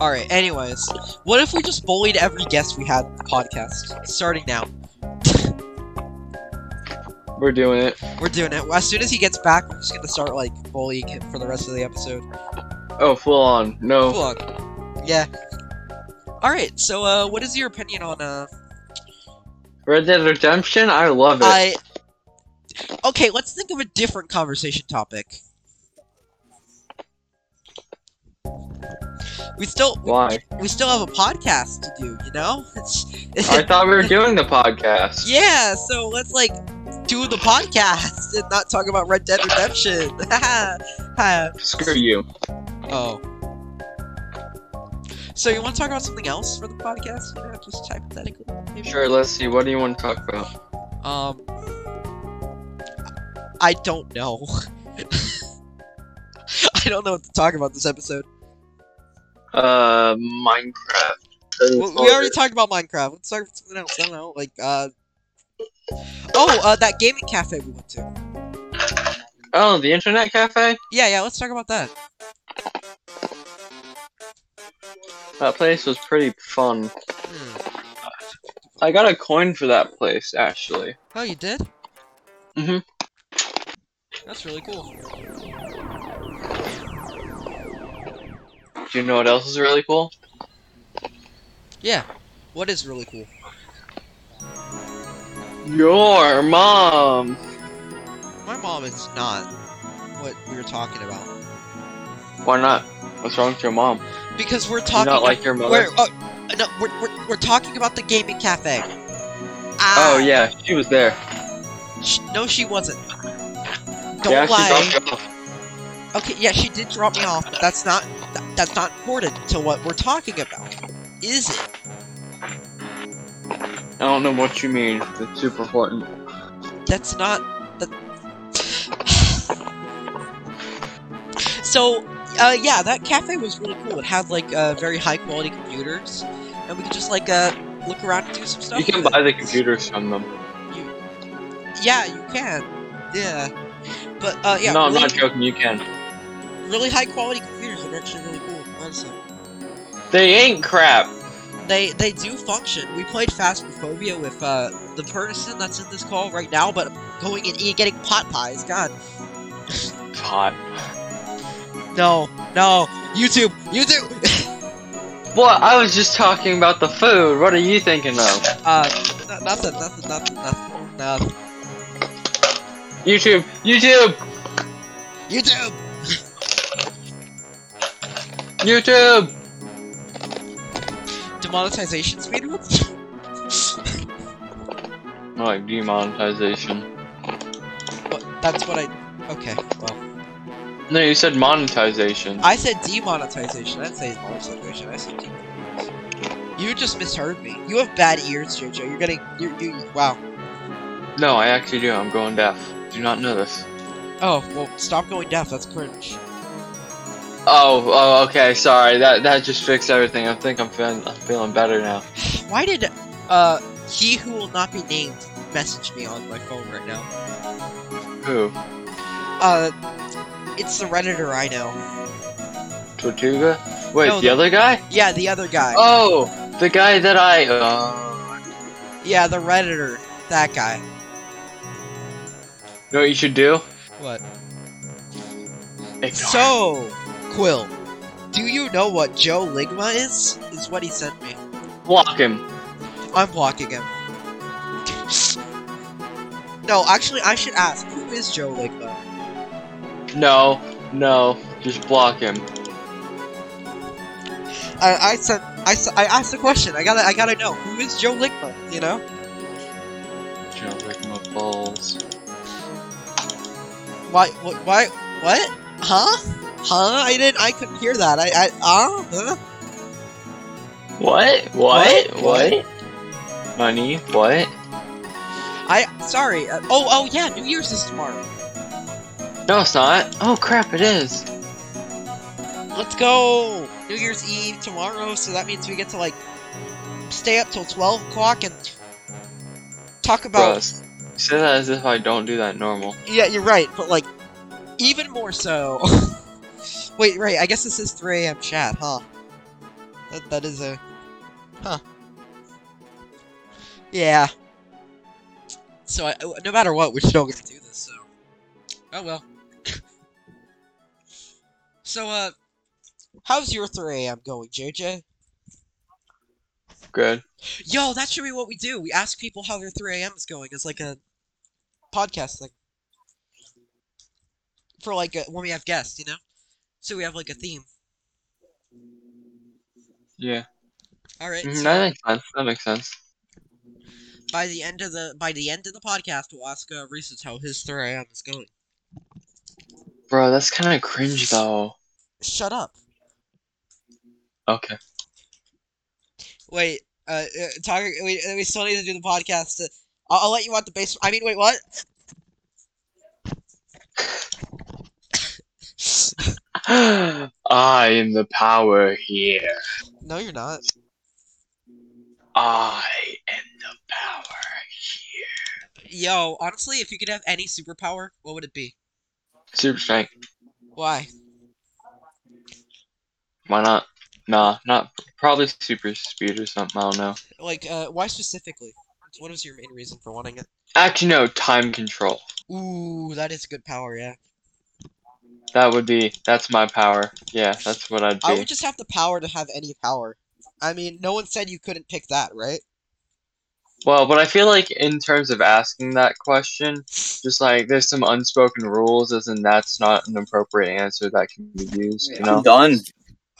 [SPEAKER 1] Alright, anyways. What if we just bullied every guest we had in the podcast? Starting now.
[SPEAKER 3] We're doing it.
[SPEAKER 1] We're doing it. As soon as he gets back, we're just gonna start like bullying him for the rest of the episode.
[SPEAKER 3] Oh, full on. No.
[SPEAKER 1] Hold on. Yeah. Alright, so uh what is your opinion on uh
[SPEAKER 3] Red Dead Redemption, I love it.
[SPEAKER 1] I Okay, let's think of a different conversation topic. We still
[SPEAKER 3] Why?
[SPEAKER 1] we still have a podcast to do, you know? It's
[SPEAKER 3] I thought we were doing the podcast.
[SPEAKER 1] Yeah, so let's like do the podcast and not talk about Red Dead Redemption. Ha.
[SPEAKER 3] Screw you.
[SPEAKER 1] oh. So you want to talk about something else for the podcast? You know, just hypothetically. Maybe?
[SPEAKER 3] Sure, let's see. What do you want to talk about?
[SPEAKER 1] Um. I don't know. I don't know what to talk about this episode.
[SPEAKER 3] Uh, Minecraft.
[SPEAKER 1] We, we already talked about Minecraft. Let's talk about something else. I don't know, like uh. Oh, uh, that gaming cafe we went to.
[SPEAKER 3] Oh, the internet cafe?
[SPEAKER 1] Yeah, yeah. Let's talk about that.
[SPEAKER 3] That place was pretty fun.
[SPEAKER 1] Hmm.
[SPEAKER 3] I got a coin for that place, actually.
[SPEAKER 1] Oh, you did?
[SPEAKER 3] Mhm.
[SPEAKER 1] That's really cool.
[SPEAKER 3] Do you know what else is really cool?
[SPEAKER 1] Yeah. What is really cool?
[SPEAKER 3] Your mom!
[SPEAKER 1] My mom is not what we were talking about.
[SPEAKER 3] Why not? What's wrong with your mom?
[SPEAKER 1] Because we're
[SPEAKER 3] Do you
[SPEAKER 1] talking.
[SPEAKER 3] not like your mother?
[SPEAKER 1] We're, oh, no, we're, we're, we're talking about the gaming cafe. Ah,
[SPEAKER 3] Oh, yeah, she was there.
[SPEAKER 1] sh- no, she wasn't. Don't
[SPEAKER 3] yeah,
[SPEAKER 1] lie.
[SPEAKER 3] she dropped you off.
[SPEAKER 1] Okay, yeah, she did drop me off, but that's not that, that's not important to what we're talking about, is it?
[SPEAKER 3] I don't know what you mean. It's super important.
[SPEAKER 1] That's not the. so, uh, yeah, that cafe was really cool. It had like uh, very high quality computers, and we could just like uh, look around and do some stuff.
[SPEAKER 3] You can
[SPEAKER 1] with
[SPEAKER 3] buy
[SPEAKER 1] it.
[SPEAKER 3] the computers from them.
[SPEAKER 1] Yeah, you can. Yeah, but uh, yeah,
[SPEAKER 3] no, I'm
[SPEAKER 1] really,
[SPEAKER 3] not joking, you can.
[SPEAKER 1] really high quality computers are actually really cool. Honestly,
[SPEAKER 3] They ain't crap.
[SPEAKER 1] they they do function. We played Phasmophobia with uh, the person that's in this call right now, but going and eat- getting pot pies. God.
[SPEAKER 3] It's hot.
[SPEAKER 1] No, no, YouTube, YouTube.
[SPEAKER 3] What? I was just talking about the food. What are you thinking of?
[SPEAKER 1] Uh, n- nothing, nothing, nothing, nothing, nothing.
[SPEAKER 3] YouTube, YouTube,
[SPEAKER 1] YouTube.
[SPEAKER 3] YouTube.
[SPEAKER 1] Demonetization's made with.
[SPEAKER 3] I like demonetization.
[SPEAKER 1] What- That's what I. Okay. Well,
[SPEAKER 3] No, you said monetization.
[SPEAKER 1] I said demonetization. I didn't say monetization. I said demonetization. You just misheard me. You have bad ears, JoJo. You're getting. You. You. Wow.
[SPEAKER 3] no, I actually do. I'm going deaf. Do not know this.
[SPEAKER 1] Oh well. Stop going deaf. That's cringe.
[SPEAKER 3] Oh, oh, okay. Sorry. That that just fixed everything. I think I'm feeling I'm feeling better now.
[SPEAKER 1] Why did uh he who will not be named message me on my phone right now?
[SPEAKER 3] Who?
[SPEAKER 1] Uh, it's the redditor I know.
[SPEAKER 3] Tortuga? Wait,
[SPEAKER 1] No,
[SPEAKER 3] the
[SPEAKER 1] the-
[SPEAKER 3] other guy?
[SPEAKER 1] Yeah, the other guy.
[SPEAKER 3] Oh, the guy that I. Uh,
[SPEAKER 1] Yeah, the redditor. That guy.
[SPEAKER 3] you know what you should do?
[SPEAKER 1] What?
[SPEAKER 3] Ignore him.
[SPEAKER 1] So, Quill, do you know what Joe Ligma is? Is what he sent me.
[SPEAKER 3] block him.
[SPEAKER 1] I'm blocking him. no, actually, I should ask. Who is Joe Ligma?
[SPEAKER 3] No, no, just block him.
[SPEAKER 1] I, I sent. I, s- I asked the question. I gotta. I gotta know. Who is Joe Ligma? You know.
[SPEAKER 3] Jump with my balls.
[SPEAKER 1] Why? Wh- why? What? Huh? Huh? I didn't. I couldn't hear that. I. I. Uh, huh?
[SPEAKER 3] What?
[SPEAKER 1] What?
[SPEAKER 3] What? What? Honey, what?
[SPEAKER 1] I. Sorry. Uh, oh. Oh. Yeah. New Year's is tomorrow.
[SPEAKER 3] No, it's not. Oh crap, it is.
[SPEAKER 1] Let's go! New Year's Eve tomorrow, so that means we get to like stay up till twelve o'clock and talk about.
[SPEAKER 3] Gross. You say that as if I don't do that normal.
[SPEAKER 1] Yeah, you're right, but like even more so. Wait, right? I guess this is three a.m. chat, huh? That that is a, huh? Yeah. So I, no matter what, we're still gonna do this. So, oh well. so uh, how's your three a.m. going, JJ?
[SPEAKER 3] Good.
[SPEAKER 1] Yo, that should be what we do. We ask people how their 3 a.m. is going as like a podcast thing. For like a, when we have guests, you know? So we have like a theme.
[SPEAKER 3] Yeah.
[SPEAKER 1] Alright,
[SPEAKER 3] Mhm,
[SPEAKER 1] so
[SPEAKER 3] That makes sense. That makes sense.
[SPEAKER 1] by the end of the by the end of the podcast we'll ask uh, Reese's how his 3 a.m. is going.
[SPEAKER 3] Bro, that's kind of cringe though.
[SPEAKER 1] Shut up.
[SPEAKER 3] Okay.
[SPEAKER 1] Wait, uh, uh talking we, uh, we still need to do the podcast. Uh, I'll, I'll let you out the basement. I mean, wait, what?
[SPEAKER 3] I am the power here.
[SPEAKER 1] No, you're not.
[SPEAKER 3] I am the power here.
[SPEAKER 1] Yo, honestly, if you could have any superpower, what would it be?
[SPEAKER 3] Super strength.
[SPEAKER 1] Why?
[SPEAKER 3] Why not? Nah, not probably super speed or something. I don't know.
[SPEAKER 1] Like, uh, why specifically? What was your main reason for wanting it?
[SPEAKER 3] Actually, no. Time control.
[SPEAKER 1] Ooh, that is a good power, yeah.
[SPEAKER 3] That would be. That's my power. Yeah, that's what I'd be.
[SPEAKER 1] I would just have the power to have any power. I mean, no one said you couldn't pick that, right?
[SPEAKER 3] Well, but I feel like in terms of asking that question, just like there's some unspoken rules, as in that's not an appropriate answer that can be used. You
[SPEAKER 4] I'm
[SPEAKER 3] know,
[SPEAKER 4] done.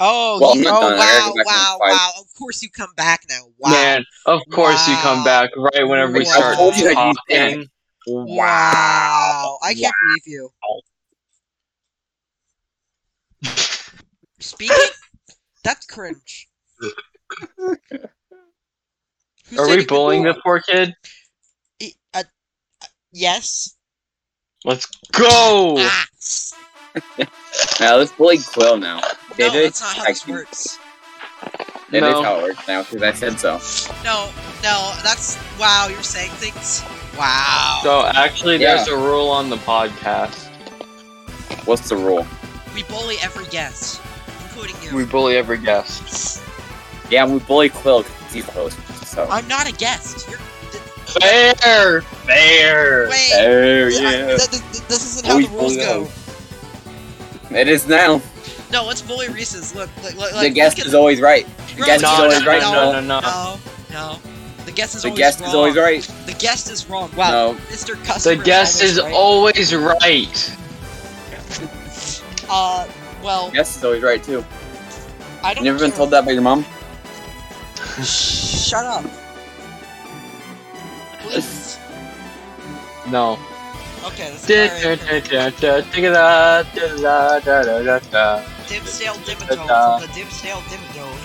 [SPEAKER 1] Oh,
[SPEAKER 4] Well,
[SPEAKER 1] you-
[SPEAKER 4] I'm not
[SPEAKER 1] oh
[SPEAKER 4] done. I
[SPEAKER 1] wow,
[SPEAKER 4] gotta go back
[SPEAKER 1] wow,
[SPEAKER 4] and fight.
[SPEAKER 1] wow. Of course you come back now. Wow.
[SPEAKER 3] man. Of course you
[SPEAKER 1] Wow.
[SPEAKER 3] come back right whenever we
[SPEAKER 1] Wow.
[SPEAKER 3] start
[SPEAKER 1] I told you
[SPEAKER 4] that you
[SPEAKER 3] talking.
[SPEAKER 1] Wow. I can't believe you. Speaking? That's cringe. Who
[SPEAKER 3] Are
[SPEAKER 1] said
[SPEAKER 3] we
[SPEAKER 1] you-
[SPEAKER 3] bullying the poor kid?
[SPEAKER 1] E- uh, uh, yes.
[SPEAKER 3] Let's go.
[SPEAKER 1] Ah.
[SPEAKER 4] Now let's bully Quill now.
[SPEAKER 1] No,
[SPEAKER 4] David,
[SPEAKER 1] that's not how this
[SPEAKER 4] I-
[SPEAKER 1] works.
[SPEAKER 4] That is
[SPEAKER 3] No.
[SPEAKER 4] how it works now because I said so.
[SPEAKER 1] No, no, that's wow. You're saying things. Wow.
[SPEAKER 3] So actually, there's a rule on the podcast.
[SPEAKER 4] What's the rule?
[SPEAKER 1] we bully every guest, including you.
[SPEAKER 3] We bully every guest.
[SPEAKER 4] Yeah, we bully Quill because he's the host. So.
[SPEAKER 1] I'm not a guest. You're,
[SPEAKER 3] Fair, fair.
[SPEAKER 1] wait.
[SPEAKER 4] Oh
[SPEAKER 1] th- I-
[SPEAKER 4] yeah,
[SPEAKER 1] th- th- this isn't how
[SPEAKER 3] We
[SPEAKER 1] the rules
[SPEAKER 3] bully
[SPEAKER 1] go.
[SPEAKER 4] it is now.
[SPEAKER 1] No, let's bully Reese's. Look, look, look.
[SPEAKER 4] the
[SPEAKER 1] look,
[SPEAKER 4] guest
[SPEAKER 1] look at-
[SPEAKER 4] is always right.
[SPEAKER 1] Bro,
[SPEAKER 4] guest
[SPEAKER 3] No,
[SPEAKER 4] is
[SPEAKER 1] no,
[SPEAKER 4] always
[SPEAKER 1] no,
[SPEAKER 4] right.
[SPEAKER 1] No,
[SPEAKER 3] no, no, no.
[SPEAKER 1] no, no. The guest is
[SPEAKER 4] The
[SPEAKER 1] always
[SPEAKER 4] guest
[SPEAKER 1] wrong.
[SPEAKER 4] is always right.
[SPEAKER 1] The guest is wrong. Wow.
[SPEAKER 4] No.
[SPEAKER 1] Mr. Customer.
[SPEAKER 3] The guest is
[SPEAKER 1] always
[SPEAKER 3] always right.
[SPEAKER 1] right. Uh, well,
[SPEAKER 4] Guest is always right too.
[SPEAKER 1] I don't.
[SPEAKER 4] You never been
[SPEAKER 1] care.
[SPEAKER 4] told that by your mom?
[SPEAKER 1] Shut up. Please.
[SPEAKER 3] No.
[SPEAKER 1] Okay, this is alright.
[SPEAKER 3] The
[SPEAKER 1] Dimsdale Dimmadome
[SPEAKER 3] Da-da.
[SPEAKER 1] from the Dimsdale Dimmadome.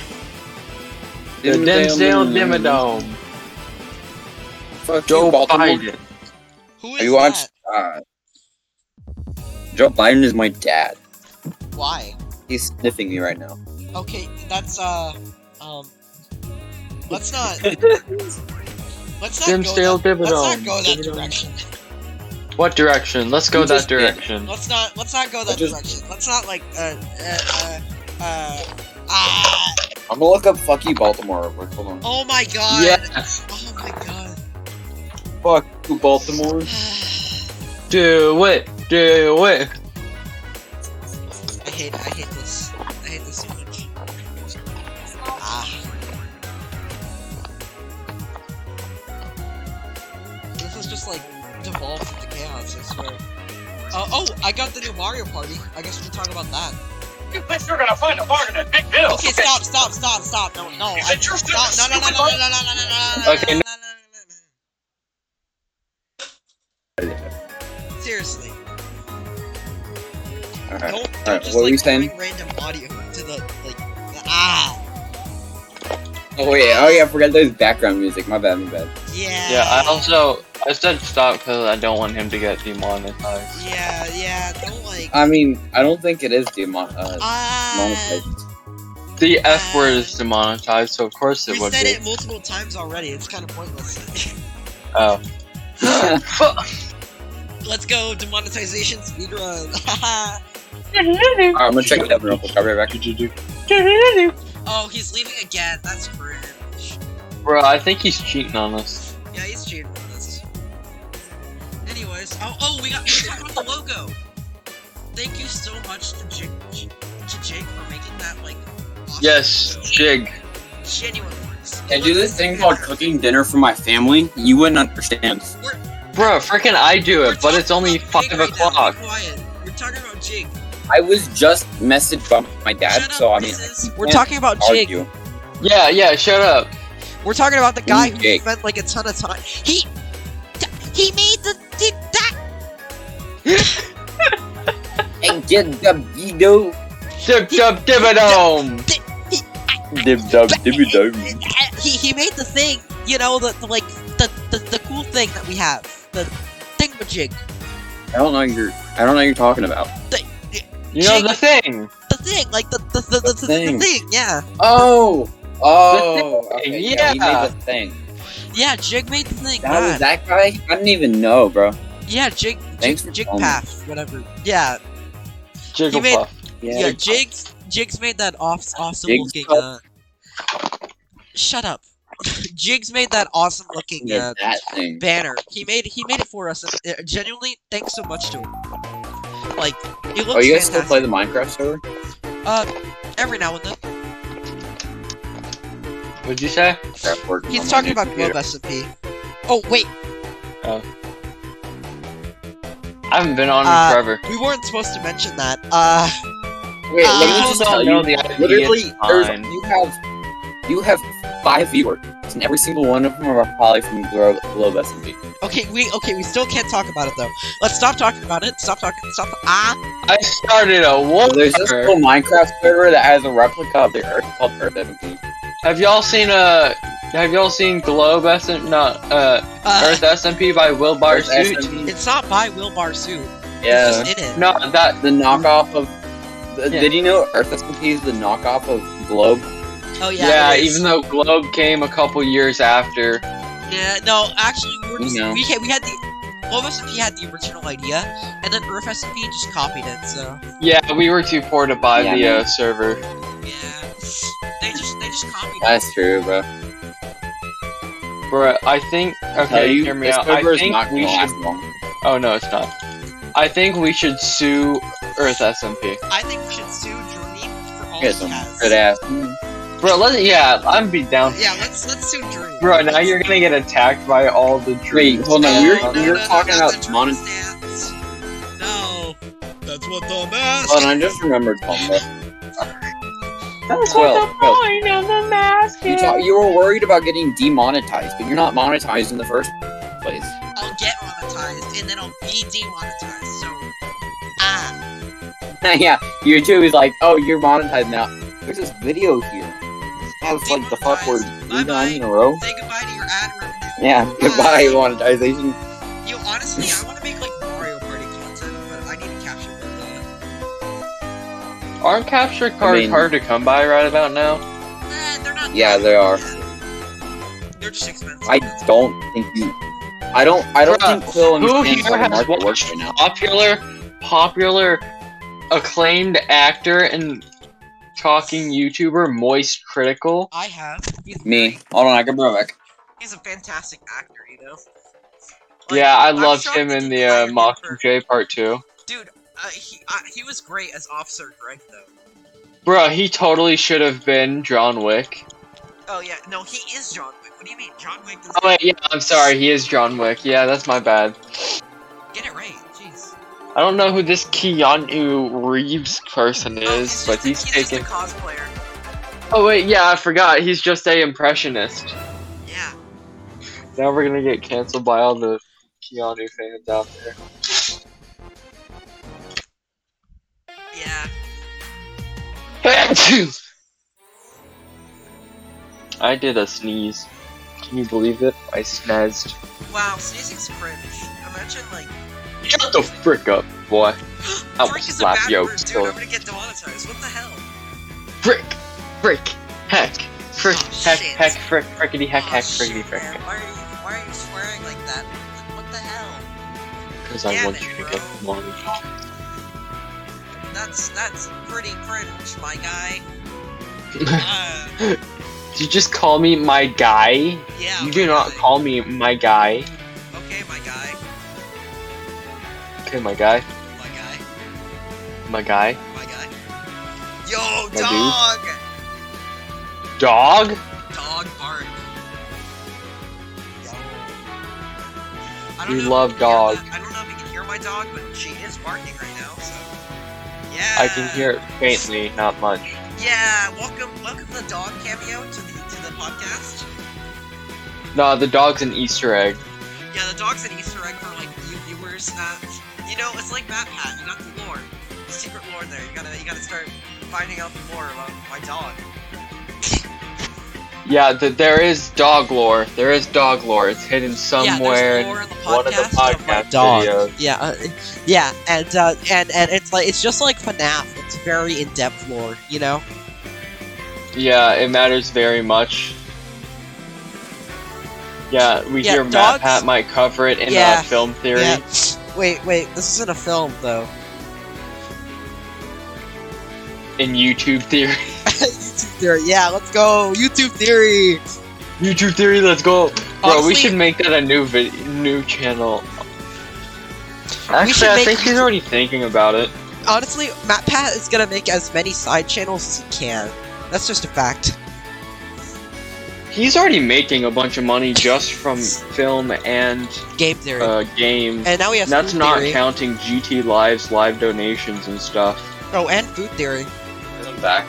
[SPEAKER 3] Dimsdale Dimmadome.
[SPEAKER 4] Fuck you,
[SPEAKER 3] Joe
[SPEAKER 4] Baltimore.
[SPEAKER 3] Biden.
[SPEAKER 1] Who
[SPEAKER 4] Have
[SPEAKER 1] is
[SPEAKER 4] you watched?
[SPEAKER 1] that?
[SPEAKER 4] Uh, Joe Biden is my dad.
[SPEAKER 1] Why?
[SPEAKER 4] He's sniffing me right now.
[SPEAKER 1] Okay, that's uh, um, let's not. Let's not
[SPEAKER 3] Dimsdale
[SPEAKER 1] go that, Let's not
[SPEAKER 3] Dimmadome.
[SPEAKER 1] go that
[SPEAKER 3] Dimmadome.
[SPEAKER 1] direction.
[SPEAKER 3] What direction? Let's go
[SPEAKER 4] You
[SPEAKER 3] that
[SPEAKER 4] just did.
[SPEAKER 3] direction.
[SPEAKER 1] Let's not. Let's not go that
[SPEAKER 4] just-
[SPEAKER 1] direction. Let's not like uh uh uh. uh ah,
[SPEAKER 4] I'm gonna look up "fuck you, Baltimore." real quick. Hold on.
[SPEAKER 1] oh my god!
[SPEAKER 3] Yes.
[SPEAKER 1] Oh my god!
[SPEAKER 4] Fuck you, Baltimore.
[SPEAKER 1] Uh,
[SPEAKER 3] Do it. Do it.
[SPEAKER 1] I hate. I hate this. I hate this so much. Ah. This is just like devolved into chaos. I swear. Uh, oh, I got the new Mario Party. I guess we can talk about that.
[SPEAKER 5] You think you're gonna find a bargain at Big Bill?
[SPEAKER 1] Okay, stop, stop, stop, stop. No, no. I-
[SPEAKER 5] Is it your
[SPEAKER 1] No, no, no, no, no, no, no, no, no, no, no,
[SPEAKER 3] Okay,
[SPEAKER 1] no, no, no, no, no. Seriously,
[SPEAKER 4] All right.
[SPEAKER 1] don't, don't
[SPEAKER 4] Alright,
[SPEAKER 1] just
[SPEAKER 4] what were
[SPEAKER 1] like
[SPEAKER 4] you saying?
[SPEAKER 1] bring random audio to the like the, ah
[SPEAKER 4] Oh yeah. Oh yeah. I forgot there's background music. My bad. My bad.
[SPEAKER 1] yeah
[SPEAKER 3] Yeah, I also I said stop because I don't want him to get demonetized.
[SPEAKER 1] yeah yeah don't like
[SPEAKER 4] I mean, I don't think it is demon. Uh,
[SPEAKER 1] ah
[SPEAKER 4] monetized.
[SPEAKER 3] The F word is demonetized, so of course
[SPEAKER 1] we
[SPEAKER 3] it would
[SPEAKER 1] said
[SPEAKER 3] be.
[SPEAKER 1] it multiple times already. It's kind of pointless.
[SPEAKER 3] Oh.
[SPEAKER 1] Let's go demonetization speedrun.
[SPEAKER 4] All right, I'm gonna check it out real quick. I'll be right back.
[SPEAKER 1] oh, he's leaving again. That's cringe.
[SPEAKER 3] Bro, I think he's cheating on us.
[SPEAKER 1] Yeah, he's cheating with us. Anyways, oh, oh, we got we got the logo. Thank you so much to Jig, to Jig for making that like. Awesome
[SPEAKER 3] Yes, Jig.
[SPEAKER 1] logo. Genuine ones.
[SPEAKER 4] I do this thing called cooking dinner for my family. You wouldn't understand.
[SPEAKER 3] Bro, freaking I do
[SPEAKER 1] We're
[SPEAKER 3] it, but it's
[SPEAKER 1] talking
[SPEAKER 3] only
[SPEAKER 1] about
[SPEAKER 3] five
[SPEAKER 1] Jig right now.
[SPEAKER 3] o'clock.
[SPEAKER 1] Be Quiet. We're talking about Jig.
[SPEAKER 4] I was just messaged by my dad,
[SPEAKER 1] Shut up,
[SPEAKER 4] so I mean,
[SPEAKER 1] Mrs.
[SPEAKER 4] I
[SPEAKER 1] We're
[SPEAKER 4] can't
[SPEAKER 1] talking about Jig.
[SPEAKER 4] argue.
[SPEAKER 3] Yeah, yeah, shut up.
[SPEAKER 1] We're talking about the guy who
[SPEAKER 4] Jig.
[SPEAKER 1] spent like a ton of time. He, he made the did that.
[SPEAKER 4] And get the video.
[SPEAKER 3] Dip dub dividome!
[SPEAKER 4] Dib dub
[SPEAKER 1] He he made the thing. You know the, the like the, the the cool thing that we have. The thingamajig.
[SPEAKER 4] I don't know you're. I don't know what you're talking about.
[SPEAKER 3] You know
[SPEAKER 1] Jig.
[SPEAKER 3] the thing!
[SPEAKER 1] the thing, like the the, the, the, the, thing.
[SPEAKER 4] thing.
[SPEAKER 1] yeah.
[SPEAKER 4] Oh, oh,
[SPEAKER 3] The thing,
[SPEAKER 4] okay, yeah. He
[SPEAKER 3] yeah.
[SPEAKER 4] made the thing.
[SPEAKER 1] Yeah, Jig made the thing.
[SPEAKER 4] That was
[SPEAKER 1] God.
[SPEAKER 4] that guy. I didn't even know, bro.
[SPEAKER 1] Yeah, Jig Jig,
[SPEAKER 4] Thanks for
[SPEAKER 1] Jig
[SPEAKER 4] telling me.
[SPEAKER 1] Path, whatever. Yeah.
[SPEAKER 3] Jiggle
[SPEAKER 1] made-
[SPEAKER 3] puff.
[SPEAKER 1] Yeah, Jig's Jig's made that off awesome
[SPEAKER 4] Jig's
[SPEAKER 1] looking uh
[SPEAKER 4] got-
[SPEAKER 1] Shut up. Jig's made that awesome looking
[SPEAKER 4] Yeah,
[SPEAKER 1] uh,
[SPEAKER 4] that thing.
[SPEAKER 1] banner. He made he made it for us. and, uh, genuinely, thanks so much to him. Like he looks
[SPEAKER 4] Oh, you
[SPEAKER 1] fantastic.
[SPEAKER 4] guys still play the Minecraft server?
[SPEAKER 1] uh every now and then.
[SPEAKER 3] What'd you say?
[SPEAKER 4] Crap, working on
[SPEAKER 1] He's
[SPEAKER 4] my
[SPEAKER 1] talking
[SPEAKER 4] new
[SPEAKER 1] about
[SPEAKER 4] computer.
[SPEAKER 1] Globe SMP. Oh wait,
[SPEAKER 3] I haven't been on him
[SPEAKER 1] Uh,
[SPEAKER 3] forever.
[SPEAKER 1] we weren't supposed to mention that. Uh
[SPEAKER 4] Wait,
[SPEAKER 1] Uh,
[SPEAKER 4] let me
[SPEAKER 1] I
[SPEAKER 4] just
[SPEAKER 3] don't
[SPEAKER 4] tell
[SPEAKER 3] know
[SPEAKER 4] you.
[SPEAKER 3] the idea
[SPEAKER 4] literally, there's,
[SPEAKER 3] behind-
[SPEAKER 4] you have you have five viewers, and every single one of them are probably from Globe, Globe SMP.
[SPEAKER 1] Okay, we okay, we still can't talk about it though. Let's stop talking about it. Stop talking. Stop. Ah,
[SPEAKER 3] I started a war!
[SPEAKER 4] There's this little Minecraft server that has a replica of the Earth called Earth 17.
[SPEAKER 3] Have y'all seen, uh, have y'all seen Globe SM, not, uh,
[SPEAKER 1] uh,
[SPEAKER 3] Earth SMP by Will Bar
[SPEAKER 4] Earth
[SPEAKER 3] Suit?
[SPEAKER 4] SMP.
[SPEAKER 1] it's not by Will Barsu.
[SPEAKER 4] Yeah.
[SPEAKER 1] It's just in it.
[SPEAKER 3] No, that,
[SPEAKER 4] the knockoff of. the-
[SPEAKER 3] Yeah.
[SPEAKER 4] Did you know Earth SMP is the knockoff of Globe?
[SPEAKER 1] Oh yeah.
[SPEAKER 3] yeah,
[SPEAKER 1] it is.
[SPEAKER 3] even though Globe came a couple years after.
[SPEAKER 1] Yeah. No, actually, we were just
[SPEAKER 4] No.
[SPEAKER 1] we had we had the Globe SMP had the original idea, and then Earth SMP just copied it. So
[SPEAKER 3] Yeah, we were too poor to buy
[SPEAKER 4] Yeah,
[SPEAKER 3] the
[SPEAKER 4] man.
[SPEAKER 3] uh, server.
[SPEAKER 1] yeah, they just they just copied. it.
[SPEAKER 4] That's true, bro.
[SPEAKER 3] Bruh, I think.
[SPEAKER 4] Tell
[SPEAKER 3] Okay,
[SPEAKER 4] you,
[SPEAKER 3] hear me
[SPEAKER 4] this
[SPEAKER 3] out. I
[SPEAKER 4] server is
[SPEAKER 3] think
[SPEAKER 4] not gonna
[SPEAKER 3] we should.
[SPEAKER 4] last long.
[SPEAKER 3] Oh no, it's not. I think we should sue Earth SMP.
[SPEAKER 1] I think we should sue Journey for all
[SPEAKER 4] Here's
[SPEAKER 1] he
[SPEAKER 4] some
[SPEAKER 1] has.
[SPEAKER 4] good ass.
[SPEAKER 3] Bro, let yeah, I'm be down.
[SPEAKER 1] Yeah, let's let's sue Journey.
[SPEAKER 3] Bro, now you're oh, gonna get attacked by all the trees.
[SPEAKER 4] hold on, we were-
[SPEAKER 1] No,
[SPEAKER 4] we
[SPEAKER 1] no,
[SPEAKER 4] were
[SPEAKER 1] no,
[SPEAKER 4] talking
[SPEAKER 1] not
[SPEAKER 4] about
[SPEAKER 1] the
[SPEAKER 4] mono-
[SPEAKER 1] circumstance. No, that's what the mask.
[SPEAKER 4] Hold on, I just remembered something.
[SPEAKER 3] That's
[SPEAKER 4] Well,
[SPEAKER 5] the
[SPEAKER 4] well,
[SPEAKER 5] point of the mask
[SPEAKER 4] you, ta- you were worried about getting demonetized, but you're not monetized in the first place.
[SPEAKER 1] I'll get monetized and then I'll be demonetized. So, ah,
[SPEAKER 4] yeah, YouTube is like, oh, you're monetized now. There's this video here. That's like the fuck word three times in a row.
[SPEAKER 1] say goodbye to your ad revenue.
[SPEAKER 4] Yeah, goodbye monetization.
[SPEAKER 1] Yo, honestly, I want to make like Mario Party content, but I need to capture more of
[SPEAKER 3] Aren't capture cards
[SPEAKER 4] mean-
[SPEAKER 3] hard to come by right about now?
[SPEAKER 1] that. Nah, Eh, they're not.
[SPEAKER 4] Yeah,
[SPEAKER 1] that
[SPEAKER 4] they are.
[SPEAKER 1] bad. They're just expensive.
[SPEAKER 4] I don't think you. I don't. I don't
[SPEAKER 3] Bruh,
[SPEAKER 4] think Quill
[SPEAKER 3] Who here
[SPEAKER 4] understands how the
[SPEAKER 3] has
[SPEAKER 4] market works
[SPEAKER 3] watched
[SPEAKER 4] right now.
[SPEAKER 3] popular, popular, acclaimed actor and talking YouTuber Moist Critical?
[SPEAKER 1] I have. He's
[SPEAKER 4] Me. Hold on, I can bring it back.
[SPEAKER 1] He's a fantastic actor, you know. Like,
[SPEAKER 3] Yeah, I
[SPEAKER 1] I'm
[SPEAKER 3] loved
[SPEAKER 1] shocked
[SPEAKER 3] him
[SPEAKER 1] that you
[SPEAKER 3] in the
[SPEAKER 1] hired
[SPEAKER 3] uh,
[SPEAKER 1] him for-
[SPEAKER 3] Mockingjay Part Two.
[SPEAKER 1] Dude, uh, he uh, he was great as Officer Greg though.
[SPEAKER 3] Bro, he totally should have been John Wick.
[SPEAKER 1] Oh yeah, no, he is John Wick. What do you mean, John Wick? Is
[SPEAKER 3] Oh wait, yeah, I'm sorry, he is John Wick. Yeah, that's my bad.
[SPEAKER 1] Get it right, jeez.
[SPEAKER 3] I don't know who this Keanu Reeves person
[SPEAKER 1] Oh,
[SPEAKER 3] is,
[SPEAKER 1] just
[SPEAKER 3] but
[SPEAKER 1] a-
[SPEAKER 3] he's
[SPEAKER 1] just
[SPEAKER 3] taking.
[SPEAKER 1] a cosplayer.
[SPEAKER 3] Oh wait, yeah, I forgot. He's just a impressionist.
[SPEAKER 1] Yeah.
[SPEAKER 3] Now we're gonna get canceled by all the Keanu fans out there.
[SPEAKER 1] Yeah.
[SPEAKER 3] I did a sneeze. Can you believe it? I snazzed.
[SPEAKER 1] Wow, sneezing's cringe. Imagine like.
[SPEAKER 3] Shut the frick up, boy. I will
[SPEAKER 1] Frick is a
[SPEAKER 3] slap
[SPEAKER 1] bad
[SPEAKER 3] your
[SPEAKER 1] word, dude.
[SPEAKER 3] skull.
[SPEAKER 1] I'm gonna get demonetized. What the hell?
[SPEAKER 3] Frick! Frick! Heck! Frick!
[SPEAKER 1] Oh,
[SPEAKER 3] heck!
[SPEAKER 1] shit.
[SPEAKER 3] Heck! Frick! Frickity! Heck!
[SPEAKER 1] Aw,
[SPEAKER 3] heck!
[SPEAKER 1] shoot,
[SPEAKER 3] Frickity! Frick!
[SPEAKER 1] man. Why are you Why are you swearing like that? Like, what the hell?
[SPEAKER 3] Because
[SPEAKER 1] Damn
[SPEAKER 3] I want
[SPEAKER 1] it,
[SPEAKER 3] you
[SPEAKER 1] bro.
[SPEAKER 3] to get money.
[SPEAKER 1] That's that's pretty cringe, my guy. Uh,
[SPEAKER 3] Did you just call me my guy?
[SPEAKER 1] yeah.
[SPEAKER 3] You do
[SPEAKER 1] my
[SPEAKER 3] not
[SPEAKER 1] guy.
[SPEAKER 3] call me my guy.
[SPEAKER 1] Okay, my guy.
[SPEAKER 3] Okay, my guy.
[SPEAKER 1] My guy.
[SPEAKER 3] My guy.
[SPEAKER 1] My guy. Yo,
[SPEAKER 3] dude.
[SPEAKER 1] dog!
[SPEAKER 3] Dog?
[SPEAKER 1] Dog bark. Yo. I
[SPEAKER 3] You
[SPEAKER 1] if
[SPEAKER 3] love
[SPEAKER 1] you can hear
[SPEAKER 3] dog.
[SPEAKER 1] that- I don't know if you can hear my dog, but she is barking right now, so. Yeah.
[SPEAKER 3] I can hear it faintly, not much.
[SPEAKER 1] Yeah, welcome welcome the dog cameo to the to the podcast.
[SPEAKER 3] No, the dog's an Easter egg.
[SPEAKER 1] Yeah, the dog's an Easter egg for like you viewers. Uh, you know, it's like Mad Hat, you got the lore. The secret lore there. You gotta you gotta start finding out the lore about my dog.
[SPEAKER 3] Yeah, th there is dog lore. There is dog lore. It's hidden somewhere in one of the podcast
[SPEAKER 1] dog.
[SPEAKER 3] videos.
[SPEAKER 1] Yeah, uh, yeah, and uh, and and it's like it's just like FNAF. It's very in depth lore, you know.
[SPEAKER 3] Yeah, it matters very much. Yeah, we
[SPEAKER 1] Yeah,
[SPEAKER 3] hear Matt
[SPEAKER 1] dogs-
[SPEAKER 3] Pat might cover it in
[SPEAKER 1] Yeah.
[SPEAKER 3] uh, film theory.
[SPEAKER 1] Yeah. Wait, wait, this isn't a film though.
[SPEAKER 3] In YouTube theory.
[SPEAKER 1] YouTube theory. Yeah, let's go. YouTube theory.
[SPEAKER 3] YouTube theory, let's go! Bro,
[SPEAKER 1] Honestly-
[SPEAKER 3] we should make that a new vid- new channel.
[SPEAKER 1] We should
[SPEAKER 3] Actually, I
[SPEAKER 1] make
[SPEAKER 3] think he's
[SPEAKER 1] YouTube-
[SPEAKER 3] already thinking about it.
[SPEAKER 1] Honestly, MatPat is gonna make as many side channels as he can. That's just a fact.
[SPEAKER 3] He's already making a bunch of money just from film and
[SPEAKER 1] Game theory.
[SPEAKER 3] uh, games.
[SPEAKER 1] and now he has
[SPEAKER 3] That's
[SPEAKER 1] food
[SPEAKER 3] not
[SPEAKER 1] theory.
[SPEAKER 3] counting GT Live's live donations and stuff.
[SPEAKER 1] oh, and food theory.
[SPEAKER 4] I'm back.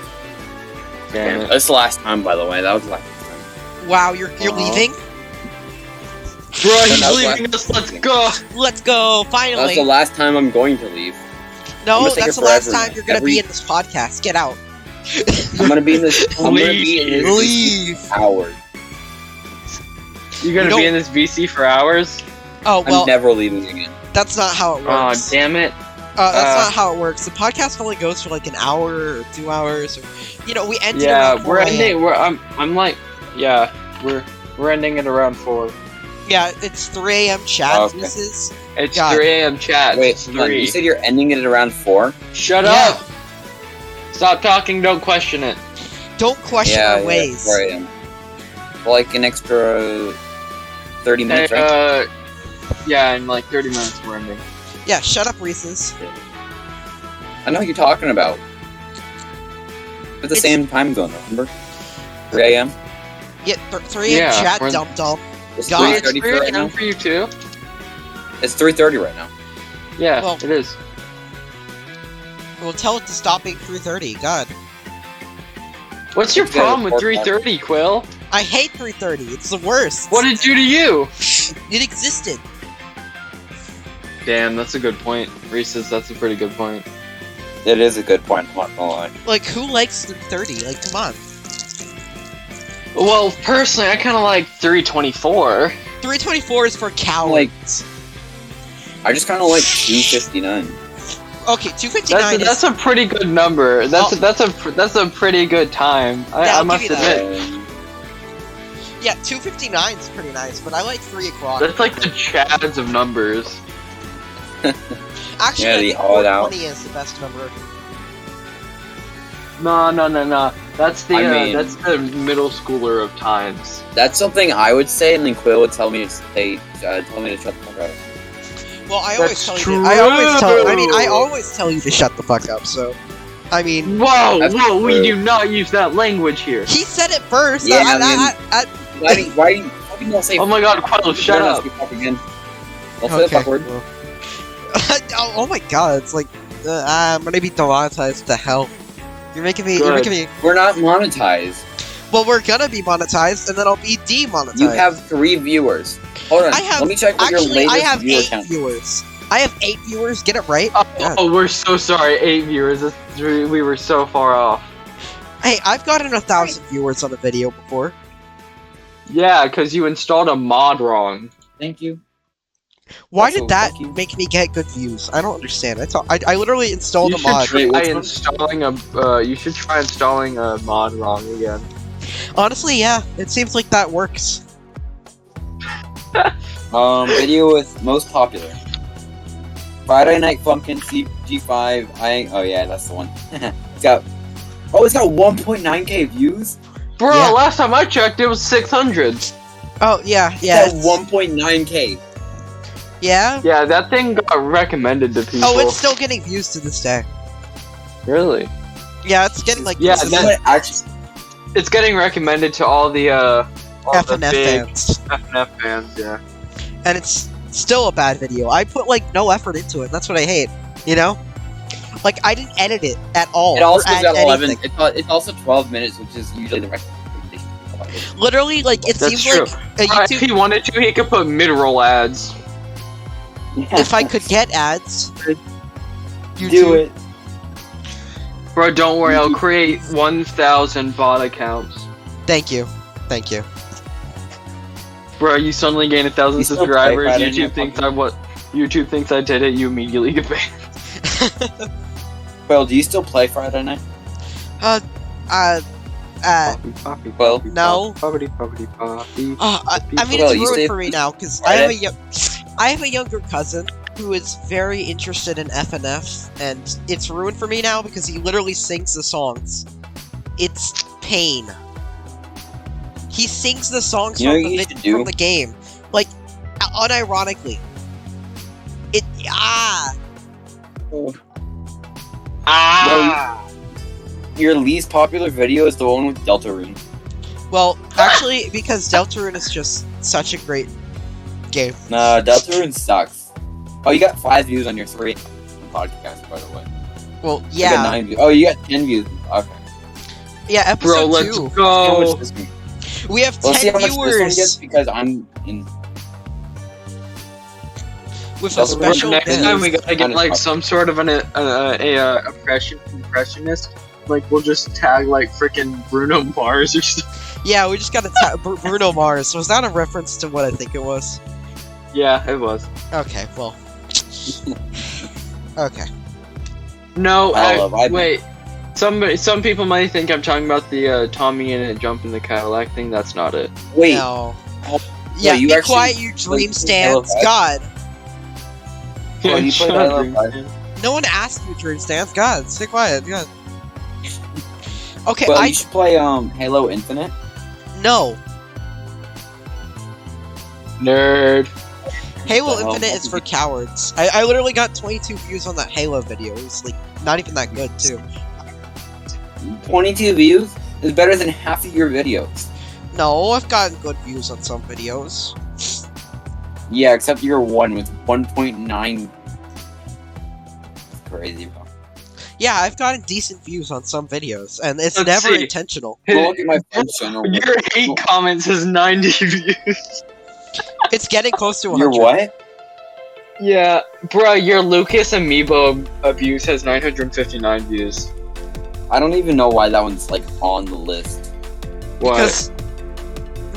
[SPEAKER 3] Damn it.
[SPEAKER 4] That's the last time, by the way. That was the last time.
[SPEAKER 1] Wow, you're you're
[SPEAKER 3] Wow.
[SPEAKER 1] leaving?
[SPEAKER 3] Bro,
[SPEAKER 4] he's
[SPEAKER 3] he's
[SPEAKER 4] That's leaving
[SPEAKER 3] leaving us. Let's go.
[SPEAKER 1] Let's go.
[SPEAKER 4] That's
[SPEAKER 1] Finally.
[SPEAKER 4] the last time I'm going to leave. I'm
[SPEAKER 1] no,
[SPEAKER 4] gonna stay
[SPEAKER 1] that's the
[SPEAKER 4] here
[SPEAKER 1] last
[SPEAKER 4] forever
[SPEAKER 1] time
[SPEAKER 4] now.
[SPEAKER 1] you're gonna be
[SPEAKER 4] Every-
[SPEAKER 1] in this podcast. Get out.
[SPEAKER 4] I'm gonna be in this. I'm gonna be in this
[SPEAKER 1] Leave.
[SPEAKER 4] hour.
[SPEAKER 3] You're
[SPEAKER 1] You
[SPEAKER 3] gonna
[SPEAKER 1] don't-
[SPEAKER 3] be in this VC for hours?
[SPEAKER 1] Oh well,
[SPEAKER 4] I'm never leaving again.
[SPEAKER 1] that's not how it
[SPEAKER 3] Aw,
[SPEAKER 1] works.
[SPEAKER 3] damn it.
[SPEAKER 1] Uh, that's
[SPEAKER 3] Uh,
[SPEAKER 1] not how it works. The podcast only goes for like an hour or two hours, or you know, we end. it
[SPEAKER 3] Yeah,
[SPEAKER 1] around 4
[SPEAKER 3] we're
[SPEAKER 1] a.m.
[SPEAKER 3] ending. We're I'm I'm like, yeah, we're we're ending at around four.
[SPEAKER 1] Yeah, it's three a.m. chat.
[SPEAKER 4] Oh, okay.
[SPEAKER 1] This is
[SPEAKER 3] It's
[SPEAKER 1] God.
[SPEAKER 3] three a.m. chat.
[SPEAKER 4] Wait,
[SPEAKER 3] it's
[SPEAKER 4] hold on,
[SPEAKER 3] three.
[SPEAKER 4] you said you're ending it at around four.
[SPEAKER 3] Shut
[SPEAKER 1] Yeah.
[SPEAKER 3] up. Stop talking. Don't question it.
[SPEAKER 1] don't question our ways.
[SPEAKER 4] four a.m. For like an extra thirty minutes, right?
[SPEAKER 3] Uh, yeah, in like thirty minutes we're ending.
[SPEAKER 1] Yeah, shut up, Reese's.
[SPEAKER 4] I know what you're talking about. At the
[SPEAKER 1] It's-
[SPEAKER 4] same time zone, remember? Three a.m.
[SPEAKER 1] Yeah, th- three and
[SPEAKER 3] Yeah,
[SPEAKER 1] chat
[SPEAKER 3] we're-
[SPEAKER 1] dump dump.
[SPEAKER 4] It's
[SPEAKER 1] God.
[SPEAKER 3] Wait,
[SPEAKER 1] It's
[SPEAKER 3] it's
[SPEAKER 4] 3:30
[SPEAKER 3] 3
[SPEAKER 4] right
[SPEAKER 3] a.m.
[SPEAKER 4] now.
[SPEAKER 3] for you too?
[SPEAKER 4] It's 3:30 right now.
[SPEAKER 3] Yeah,
[SPEAKER 1] Well-
[SPEAKER 3] it is.
[SPEAKER 1] Well, tell it to stop being 3:30. God,
[SPEAKER 3] What's your
[SPEAKER 4] Let's go to
[SPEAKER 3] problem with
[SPEAKER 4] four o'clock.
[SPEAKER 3] 3:30, Quill?
[SPEAKER 1] I hate 3:30. It's the worst.
[SPEAKER 3] What did it do to you?
[SPEAKER 1] It existed.
[SPEAKER 3] Damn, that's a good point, Reese's. That's a pretty good point.
[SPEAKER 4] It is a good point. I'm not gonna lie.
[SPEAKER 1] Like, who likes 3:30? Like, come on.
[SPEAKER 3] Well, personally, I kind of like 3:24.
[SPEAKER 1] 3:24 is for cowards.
[SPEAKER 4] Like, I just kind of like 259.
[SPEAKER 1] okay, 2:59
[SPEAKER 3] That's a,
[SPEAKER 1] is
[SPEAKER 3] that's a pretty good number. That's a,
[SPEAKER 1] Oh.
[SPEAKER 3] that's a pr- that's a pretty good time. I,
[SPEAKER 1] Yeah,
[SPEAKER 3] I
[SPEAKER 1] I'll
[SPEAKER 3] must
[SPEAKER 1] give you
[SPEAKER 3] admit,
[SPEAKER 4] Um,
[SPEAKER 1] yeah, 2:59 is pretty nice. But I like three o'clock.
[SPEAKER 3] that's like the Chads of numbers.
[SPEAKER 1] Actually,
[SPEAKER 4] Yeah,
[SPEAKER 1] I
[SPEAKER 4] the
[SPEAKER 1] think
[SPEAKER 4] all out.
[SPEAKER 1] 4:20 is the best number.
[SPEAKER 3] No, no, no, no. That's the
[SPEAKER 4] I
[SPEAKER 3] uh,
[SPEAKER 4] mean-
[SPEAKER 3] that's the middle schooler of times.
[SPEAKER 4] That's something I would say, and then Quill would tell me to say, uh, tell me to shut the fuck up.
[SPEAKER 1] Well, I always
[SPEAKER 3] That's
[SPEAKER 1] tell you. To, I always tell. I mean, I
[SPEAKER 3] true.
[SPEAKER 1] always tell you to shut the fuck up. So, I mean,
[SPEAKER 3] Whoa,
[SPEAKER 4] That's
[SPEAKER 3] whoa, we
[SPEAKER 4] true.
[SPEAKER 3] do not use that language here.
[SPEAKER 1] he said it first.
[SPEAKER 4] Yeah,
[SPEAKER 1] I,
[SPEAKER 4] I mean-
[SPEAKER 1] I, I, I,
[SPEAKER 4] Why do you, why do you, why do you all say?
[SPEAKER 3] Oh my god, Quell, shut
[SPEAKER 4] Don't
[SPEAKER 3] up.
[SPEAKER 4] ask me fuck again. Don't say the fuck word.
[SPEAKER 1] cool. oh, oh my god, it's like uh, I'm gonna be demonetized to hell. You're making me. You're
[SPEAKER 3] Good.
[SPEAKER 1] making me.
[SPEAKER 4] We're not monetized.
[SPEAKER 1] Well, we're gonna be monetized, and then I'll be demonetized.
[SPEAKER 4] You have three viewers. Hold on.
[SPEAKER 1] I have-
[SPEAKER 4] Let me check what your
[SPEAKER 1] actually.
[SPEAKER 4] latest
[SPEAKER 1] I have
[SPEAKER 4] viewer
[SPEAKER 1] eight
[SPEAKER 4] count. is.
[SPEAKER 1] viewers. I have eight viewers. Get it right.
[SPEAKER 3] Oh, oh, we're so sorry, eight viewers. That's- We we were so far off.
[SPEAKER 1] Hey, I've gotten a thousand viewers on a video before.
[SPEAKER 3] Yeah, because you installed a mod wrong.
[SPEAKER 4] Thank you.
[SPEAKER 1] Why
[SPEAKER 4] Also,
[SPEAKER 1] did that
[SPEAKER 4] fuck you.
[SPEAKER 1] make me get good views? I don't understand. I thought I, I literally installed
[SPEAKER 3] you
[SPEAKER 1] a
[SPEAKER 3] should
[SPEAKER 1] mod.
[SPEAKER 3] try
[SPEAKER 4] Wait, what's wrong?
[SPEAKER 3] installing a. Uh, you should try installing a mod wrong again.
[SPEAKER 1] Honestly, yeah, it seems like that works.
[SPEAKER 4] Um, video with most popular. Friday Night Funkin' CG5. I oh yeah, that's the one. it's got oh, it's got 1.9k views.
[SPEAKER 3] Bro,
[SPEAKER 1] Yeah.
[SPEAKER 3] last time I checked, it was six hundred.
[SPEAKER 1] Oh yeah, yeah,
[SPEAKER 4] Yeah,
[SPEAKER 1] it's-
[SPEAKER 4] 1.9k.
[SPEAKER 1] yeah.
[SPEAKER 3] Yeah, that thing got recommended to people.
[SPEAKER 1] Oh, it's still getting views to this day.
[SPEAKER 3] really.
[SPEAKER 1] Yeah, it's getting like
[SPEAKER 3] Yeah,
[SPEAKER 1] this
[SPEAKER 4] This
[SPEAKER 1] is
[SPEAKER 4] is
[SPEAKER 3] that-
[SPEAKER 4] what actually.
[SPEAKER 3] It's getting recommended to all the uh, all the
[SPEAKER 1] FNF
[SPEAKER 3] big
[SPEAKER 1] fans,
[SPEAKER 3] FNF fans. Yeah.
[SPEAKER 1] and it's still a bad video. I put like no effort into it. That's what I hate. You know, like I didn't edit it at all.
[SPEAKER 4] It also
[SPEAKER 1] or
[SPEAKER 4] is
[SPEAKER 1] Oh, add
[SPEAKER 4] at 11.
[SPEAKER 1] anything.
[SPEAKER 4] It's, al- it's also 12 minutes, which is usually the recommendation.
[SPEAKER 1] Literally, like it
[SPEAKER 3] That's
[SPEAKER 1] seems
[SPEAKER 3] true.
[SPEAKER 1] like a
[SPEAKER 3] Alright,
[SPEAKER 1] YouTube.
[SPEAKER 3] If he wanted to, he could put mid-roll ads.
[SPEAKER 1] if I could get ads, YouTube.
[SPEAKER 4] do it.
[SPEAKER 3] Bro, don't worry,
[SPEAKER 1] Mm-hmm.
[SPEAKER 3] I'll create 1,000 bot accounts.
[SPEAKER 1] Thank you, thank you.
[SPEAKER 3] Bro, you suddenly gain a thousand
[SPEAKER 4] You still play
[SPEAKER 3] subscribers.
[SPEAKER 4] Friday
[SPEAKER 3] YouTube
[SPEAKER 4] Night
[SPEAKER 3] thinks I
[SPEAKER 4] Funkin'?
[SPEAKER 3] what? YouTube thinks I did it. You immediately get banned.
[SPEAKER 4] Well, do you still play Friday Night?
[SPEAKER 1] Uh, uh,
[SPEAKER 3] Poppy, poppy,
[SPEAKER 4] well,
[SPEAKER 3] poppy,
[SPEAKER 1] no.
[SPEAKER 3] poppy, poppy, poppy, poppy.
[SPEAKER 1] Oh, I, I mean,
[SPEAKER 4] Well,
[SPEAKER 1] it's
[SPEAKER 4] you
[SPEAKER 1] ruined
[SPEAKER 4] say-
[SPEAKER 1] for me now because I
[SPEAKER 4] Right.
[SPEAKER 1] have a yo- I have a younger cousin who is very interested in FNF, and it's ruined for me now because he literally sings the songs. It's pain. He sings the songs
[SPEAKER 4] You know
[SPEAKER 1] from,
[SPEAKER 4] what
[SPEAKER 1] the
[SPEAKER 4] you
[SPEAKER 1] vid-
[SPEAKER 4] should do?
[SPEAKER 1] from the game, like uh, unironically. It ah
[SPEAKER 4] Ah! Your least popular video is the one with Deltarune.
[SPEAKER 1] well
[SPEAKER 4] Ah!
[SPEAKER 1] actually because Deltarune is just such a great game.
[SPEAKER 4] Nah, Deltarune sucks. Oh, you got five views on your three podcast, by the way.
[SPEAKER 1] Well
[SPEAKER 4] You got
[SPEAKER 1] yeah
[SPEAKER 4] nine views. Oh, you got ten views. Okay.
[SPEAKER 1] yeah episode
[SPEAKER 3] Bro, let's
[SPEAKER 1] two
[SPEAKER 4] How much
[SPEAKER 3] go.
[SPEAKER 4] this one-
[SPEAKER 1] we have
[SPEAKER 4] Let's see
[SPEAKER 1] Oh, ten
[SPEAKER 4] how much this one
[SPEAKER 1] viewers.
[SPEAKER 4] gets because I'm in.
[SPEAKER 1] with a
[SPEAKER 4] That's what we're
[SPEAKER 1] special
[SPEAKER 3] Next
[SPEAKER 1] guest.
[SPEAKER 3] time we gotta get
[SPEAKER 4] Kinda
[SPEAKER 3] like
[SPEAKER 4] tough.
[SPEAKER 3] some sort of an a, a, a, uh impression impressionist. Like we'll just tag like freaking Bruno Mars or something.
[SPEAKER 1] Yeah, we just got to ta- Br- Bruno Mars. Was that a reference to what I think it was?
[SPEAKER 3] Yeah, it was.
[SPEAKER 1] Okay, well. okay. Oh,
[SPEAKER 3] No,
[SPEAKER 4] Oh, I
[SPEAKER 3] I,
[SPEAKER 4] love- I-
[SPEAKER 3] wait. Some some people might think I'm talking about the uh, Tommy and a jump in the Cadillac thing. That's not it.
[SPEAKER 4] Wait,
[SPEAKER 1] No.
[SPEAKER 4] Oh,
[SPEAKER 1] Yeah,
[SPEAKER 4] you
[SPEAKER 1] be
[SPEAKER 4] actually-
[SPEAKER 1] quiet, you dream
[SPEAKER 4] like,
[SPEAKER 1] stands.
[SPEAKER 4] okay.
[SPEAKER 1] God.
[SPEAKER 4] Well, you played I Love Live.
[SPEAKER 1] No one asked you dream stands. God, stay quiet. God. Okay,
[SPEAKER 4] well,
[SPEAKER 1] I.
[SPEAKER 4] you should play um Halo Infinite.
[SPEAKER 1] no.
[SPEAKER 3] Nerd.
[SPEAKER 1] Halo
[SPEAKER 4] the hell?
[SPEAKER 1] Infinite is for cowards. I, I literally got 22 views on that Halo video. It was, like, not even that good, too.
[SPEAKER 4] Twenty-two views is better than half of your videos.
[SPEAKER 1] No, I've gotten good views on some videos.
[SPEAKER 4] Yeah, except year one with 1.9. Crazy, bro.
[SPEAKER 1] Yeah, I've gotten decent views on some videos, and it's
[SPEAKER 3] Let's
[SPEAKER 1] never
[SPEAKER 3] see.
[SPEAKER 1] intentional.
[SPEAKER 4] Go look at my first channel.
[SPEAKER 3] Your eight comments has 90 views.
[SPEAKER 1] It's getting close to 100.
[SPEAKER 4] Your what?
[SPEAKER 3] Yeah, bro, your Lucas Amiibo abuse has 959 views.
[SPEAKER 4] I don't even know why that one's like on the list.
[SPEAKER 3] What?
[SPEAKER 1] Because,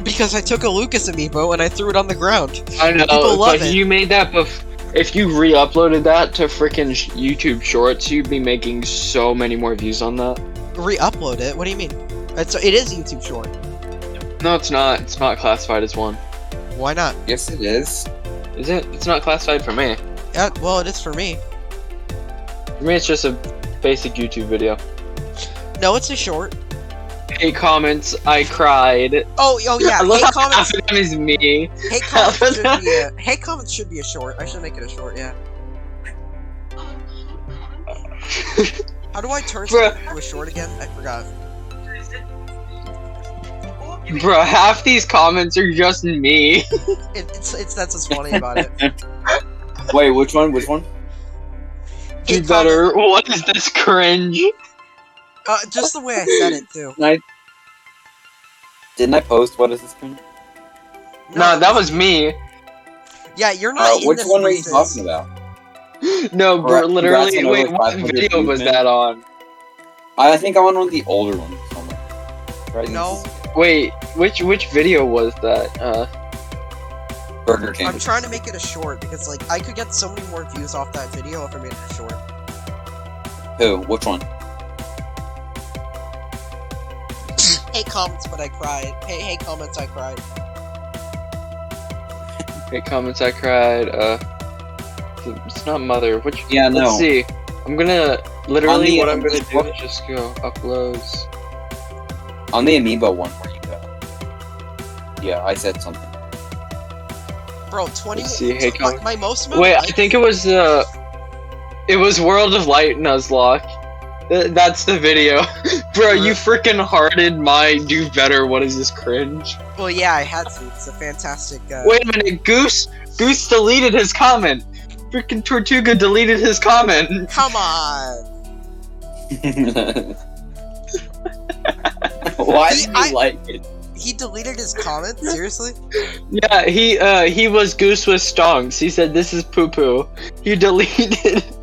[SPEAKER 1] because I took a Lucas amiibo and I threw it on the ground.
[SPEAKER 3] I know,
[SPEAKER 1] people love
[SPEAKER 3] but
[SPEAKER 1] it.
[SPEAKER 3] you made that bef- If you re-uploaded that to freaking sh- YouTube Shorts, you'd be making so many more views on that.
[SPEAKER 1] Re-upload it? What do you mean? It's, it is YouTube short.
[SPEAKER 3] No, it's not. It's not classified as one.
[SPEAKER 1] Why not?
[SPEAKER 4] Yes, it is.
[SPEAKER 3] Is it? It's not classified for me.
[SPEAKER 1] Yeah, well, it is for me.
[SPEAKER 3] For me, it's just a basic YouTube video.
[SPEAKER 1] No, it's a short.
[SPEAKER 3] Eight comments. I cried.
[SPEAKER 1] Oh, oh yeah.
[SPEAKER 3] I love
[SPEAKER 1] Hate
[SPEAKER 3] how
[SPEAKER 1] comments.
[SPEAKER 3] half of them is me.
[SPEAKER 1] Hate comments should be a. Hate comments should be a short. I should make it a short. Yeah. How do I turn
[SPEAKER 3] Bruh.
[SPEAKER 1] something into a short again? I forgot.
[SPEAKER 3] Bro, half these comments are just me.
[SPEAKER 1] It, it's it's that's what's funny about it.
[SPEAKER 4] Wait, which one? Which one?
[SPEAKER 3] Do
[SPEAKER 1] Hate comment-
[SPEAKER 3] better. What is this cringe?
[SPEAKER 1] uh, just the way I said it too.
[SPEAKER 4] Didn't I post? What is this? Thing?
[SPEAKER 3] Nah, that was me.
[SPEAKER 1] Yeah, you're not.
[SPEAKER 4] Uh,
[SPEAKER 1] in
[SPEAKER 4] which
[SPEAKER 1] this
[SPEAKER 4] one were you
[SPEAKER 1] thesis.
[SPEAKER 4] talking about?
[SPEAKER 3] No, bro,
[SPEAKER 4] Congrats on
[SPEAKER 3] literally.
[SPEAKER 4] over
[SPEAKER 3] Wait, what
[SPEAKER 4] 500
[SPEAKER 3] video
[SPEAKER 4] views,
[SPEAKER 3] was
[SPEAKER 4] man.
[SPEAKER 3] that on?
[SPEAKER 4] I think I'm on one of the older ones. somewhere. Right,
[SPEAKER 1] No.
[SPEAKER 3] Wait, which which video was that? Uh,
[SPEAKER 4] this is Burger King.
[SPEAKER 1] I'm trying to make it a short because like I could get so many more views off that video if I made it a short.
[SPEAKER 4] Who? Which one?
[SPEAKER 1] Hey comments, but I cried. Hey hey comments, I cried.
[SPEAKER 3] eight comments. I cried. Uh, it's not mother. Which?
[SPEAKER 4] Yeah, no.
[SPEAKER 3] Let's see. I'm gonna literally
[SPEAKER 4] On the-
[SPEAKER 3] what I'm gonna do
[SPEAKER 4] what-
[SPEAKER 3] is just go uploads.
[SPEAKER 4] On the Amiibo one where you go. Yeah, I said something.
[SPEAKER 1] Bro, 20
[SPEAKER 3] Let's see, hey
[SPEAKER 1] my-
[SPEAKER 3] comments.
[SPEAKER 1] My, most amount of
[SPEAKER 3] Wait, I
[SPEAKER 1] likes-
[SPEAKER 3] think it was uh, it was World of Light Nuzlocke. Th- That's the video, bro. You freaking hearted my do better. What is this cringe?
[SPEAKER 1] Well, yeah, I had to. It's a fantastic. Uh,
[SPEAKER 3] Wait a minute, Goose. Goose deleted his comment. Freaking Tortuga deleted his comment.
[SPEAKER 1] Come on.
[SPEAKER 4] Why
[SPEAKER 1] See,
[SPEAKER 4] do you
[SPEAKER 1] I-
[SPEAKER 4] like it?
[SPEAKER 1] He deleted his comment. Seriously?
[SPEAKER 3] Yeah, he uh he was Goose with stonks. He said this is poo poo. You deleted.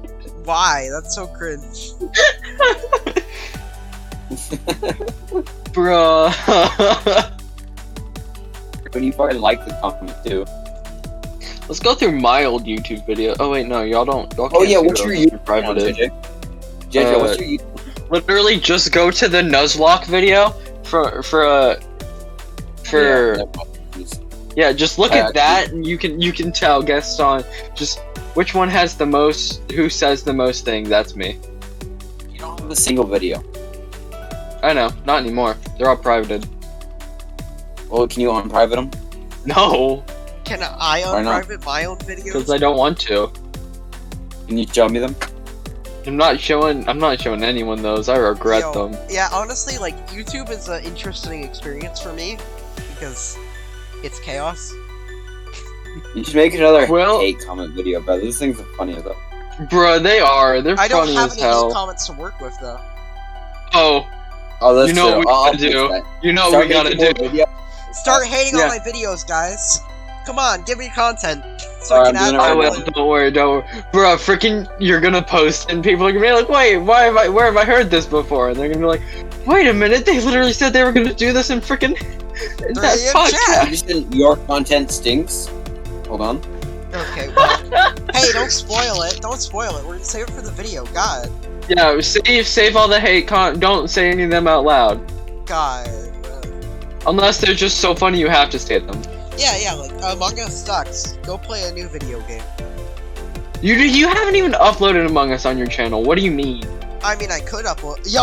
[SPEAKER 1] Why? That's so cringe.
[SPEAKER 3] Bruh.
[SPEAKER 4] When you fucking like the comment too.
[SPEAKER 3] Let's go through my old YouTube video. Oh wait, no, y'all don't. Y'all
[SPEAKER 4] Oh
[SPEAKER 3] can't
[SPEAKER 4] yeah,
[SPEAKER 3] see
[SPEAKER 4] what's your
[SPEAKER 3] those.
[SPEAKER 4] YouTube
[SPEAKER 3] private
[SPEAKER 4] channel, JJ?
[SPEAKER 3] it.
[SPEAKER 4] JJ,
[SPEAKER 3] Uh,
[SPEAKER 4] what's your YouTube?
[SPEAKER 3] Literally, just go to the Nuzlocke video for for uh for yeah.
[SPEAKER 4] Yeah, Uh, no,
[SPEAKER 3] just look
[SPEAKER 4] I
[SPEAKER 3] at that, and you can you can tell. Guess on just which one has the most, who says the most thing. That's me.
[SPEAKER 4] you don't have a single video.
[SPEAKER 3] I know, not anymore. They're all privated.
[SPEAKER 4] Well, can you unprivate them?
[SPEAKER 3] No,
[SPEAKER 1] Can I
[SPEAKER 4] Why not?
[SPEAKER 1] unprivate my own videos?
[SPEAKER 3] because I don't want to.
[SPEAKER 4] Can you show me them?
[SPEAKER 3] I'm not showing. I'm not showing anyone those. I regret
[SPEAKER 1] Yo.
[SPEAKER 3] them.
[SPEAKER 1] yeah, honestly, like YouTube is an interesting experience for me because it's chaos.
[SPEAKER 4] You should make another
[SPEAKER 3] Well-
[SPEAKER 4] hate comment video, but this thing's funnier though.
[SPEAKER 3] Bruh, they are. They're
[SPEAKER 1] I don't
[SPEAKER 3] funny
[SPEAKER 1] have
[SPEAKER 3] as
[SPEAKER 1] any of these
[SPEAKER 3] hell.
[SPEAKER 1] comments to work with though.
[SPEAKER 3] Oh,
[SPEAKER 4] Oh, that's
[SPEAKER 3] You know
[SPEAKER 4] true.
[SPEAKER 3] what we
[SPEAKER 4] I'll- I'll
[SPEAKER 3] gotta
[SPEAKER 4] fix
[SPEAKER 3] do.
[SPEAKER 4] that.
[SPEAKER 3] you know
[SPEAKER 4] Start
[SPEAKER 3] what we gotta
[SPEAKER 4] making more
[SPEAKER 3] do.
[SPEAKER 4] videos.
[SPEAKER 1] Start hating
[SPEAKER 3] yeah.
[SPEAKER 1] on my videos, guys. Come on, give me content so I
[SPEAKER 4] Alright,
[SPEAKER 1] can
[SPEAKER 4] I'm
[SPEAKER 1] add
[SPEAKER 4] doing it
[SPEAKER 3] I
[SPEAKER 4] right
[SPEAKER 1] more
[SPEAKER 3] will.
[SPEAKER 1] one.
[SPEAKER 3] Don't worry. Don't worry. Bruh, freaking, you're gonna post, and people are gonna be like, "Wait, why have I? Where have I heard this before?" And they're gonna be like, "Wait a minute! They literally said they were gonna do this in freaking in that
[SPEAKER 1] Three in
[SPEAKER 3] podcast."
[SPEAKER 4] You just didn't- your content stinks. Hold on.
[SPEAKER 1] Okay. Well, hey, don't spoil it. Don't spoil it. We're gonna save it for the video. God,
[SPEAKER 3] Yeah, save save all the hate. Con- don't say any of them out loud,
[SPEAKER 1] God.
[SPEAKER 3] unless they're just so funny you have to say them.
[SPEAKER 1] Yeah, yeah. Like Among Us sucks. Go play a new video game.
[SPEAKER 3] You you haven't even uploaded Among Us on your channel. What do you mean?
[SPEAKER 1] I mean, I could upload. Yo,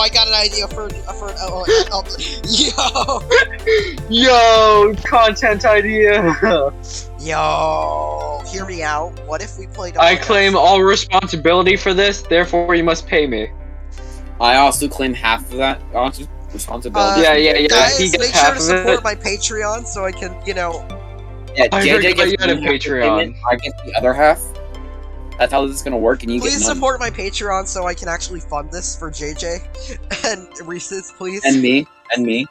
[SPEAKER 1] I got an idea for for. Oh, oh, oh,
[SPEAKER 3] Yo, content idea.
[SPEAKER 1] yo, yo. Hear me out. What if we played?
[SPEAKER 3] I
[SPEAKER 1] Among Us?
[SPEAKER 3] claim all responsibility for this, therefore you must pay me.
[SPEAKER 4] I also claim half of that. Honestly, responsibility.
[SPEAKER 3] yeah, yeah, yeah.
[SPEAKER 1] Uh, Guys,
[SPEAKER 3] he gets
[SPEAKER 1] make sure
[SPEAKER 3] half
[SPEAKER 1] to
[SPEAKER 3] of
[SPEAKER 1] support
[SPEAKER 3] it.
[SPEAKER 1] my Patreon so I can, you know,
[SPEAKER 4] yeah,
[SPEAKER 3] I
[SPEAKER 4] JJ
[SPEAKER 3] forgot
[SPEAKER 4] gets
[SPEAKER 3] you had a
[SPEAKER 4] one half of the
[SPEAKER 3] Patreon.
[SPEAKER 4] payment, I get the other half. That's how this is gonna work, and you
[SPEAKER 1] please
[SPEAKER 4] get none.
[SPEAKER 1] support my Patreon so I can actually fund this for JJ and Reese's, please.
[SPEAKER 4] and me, and me.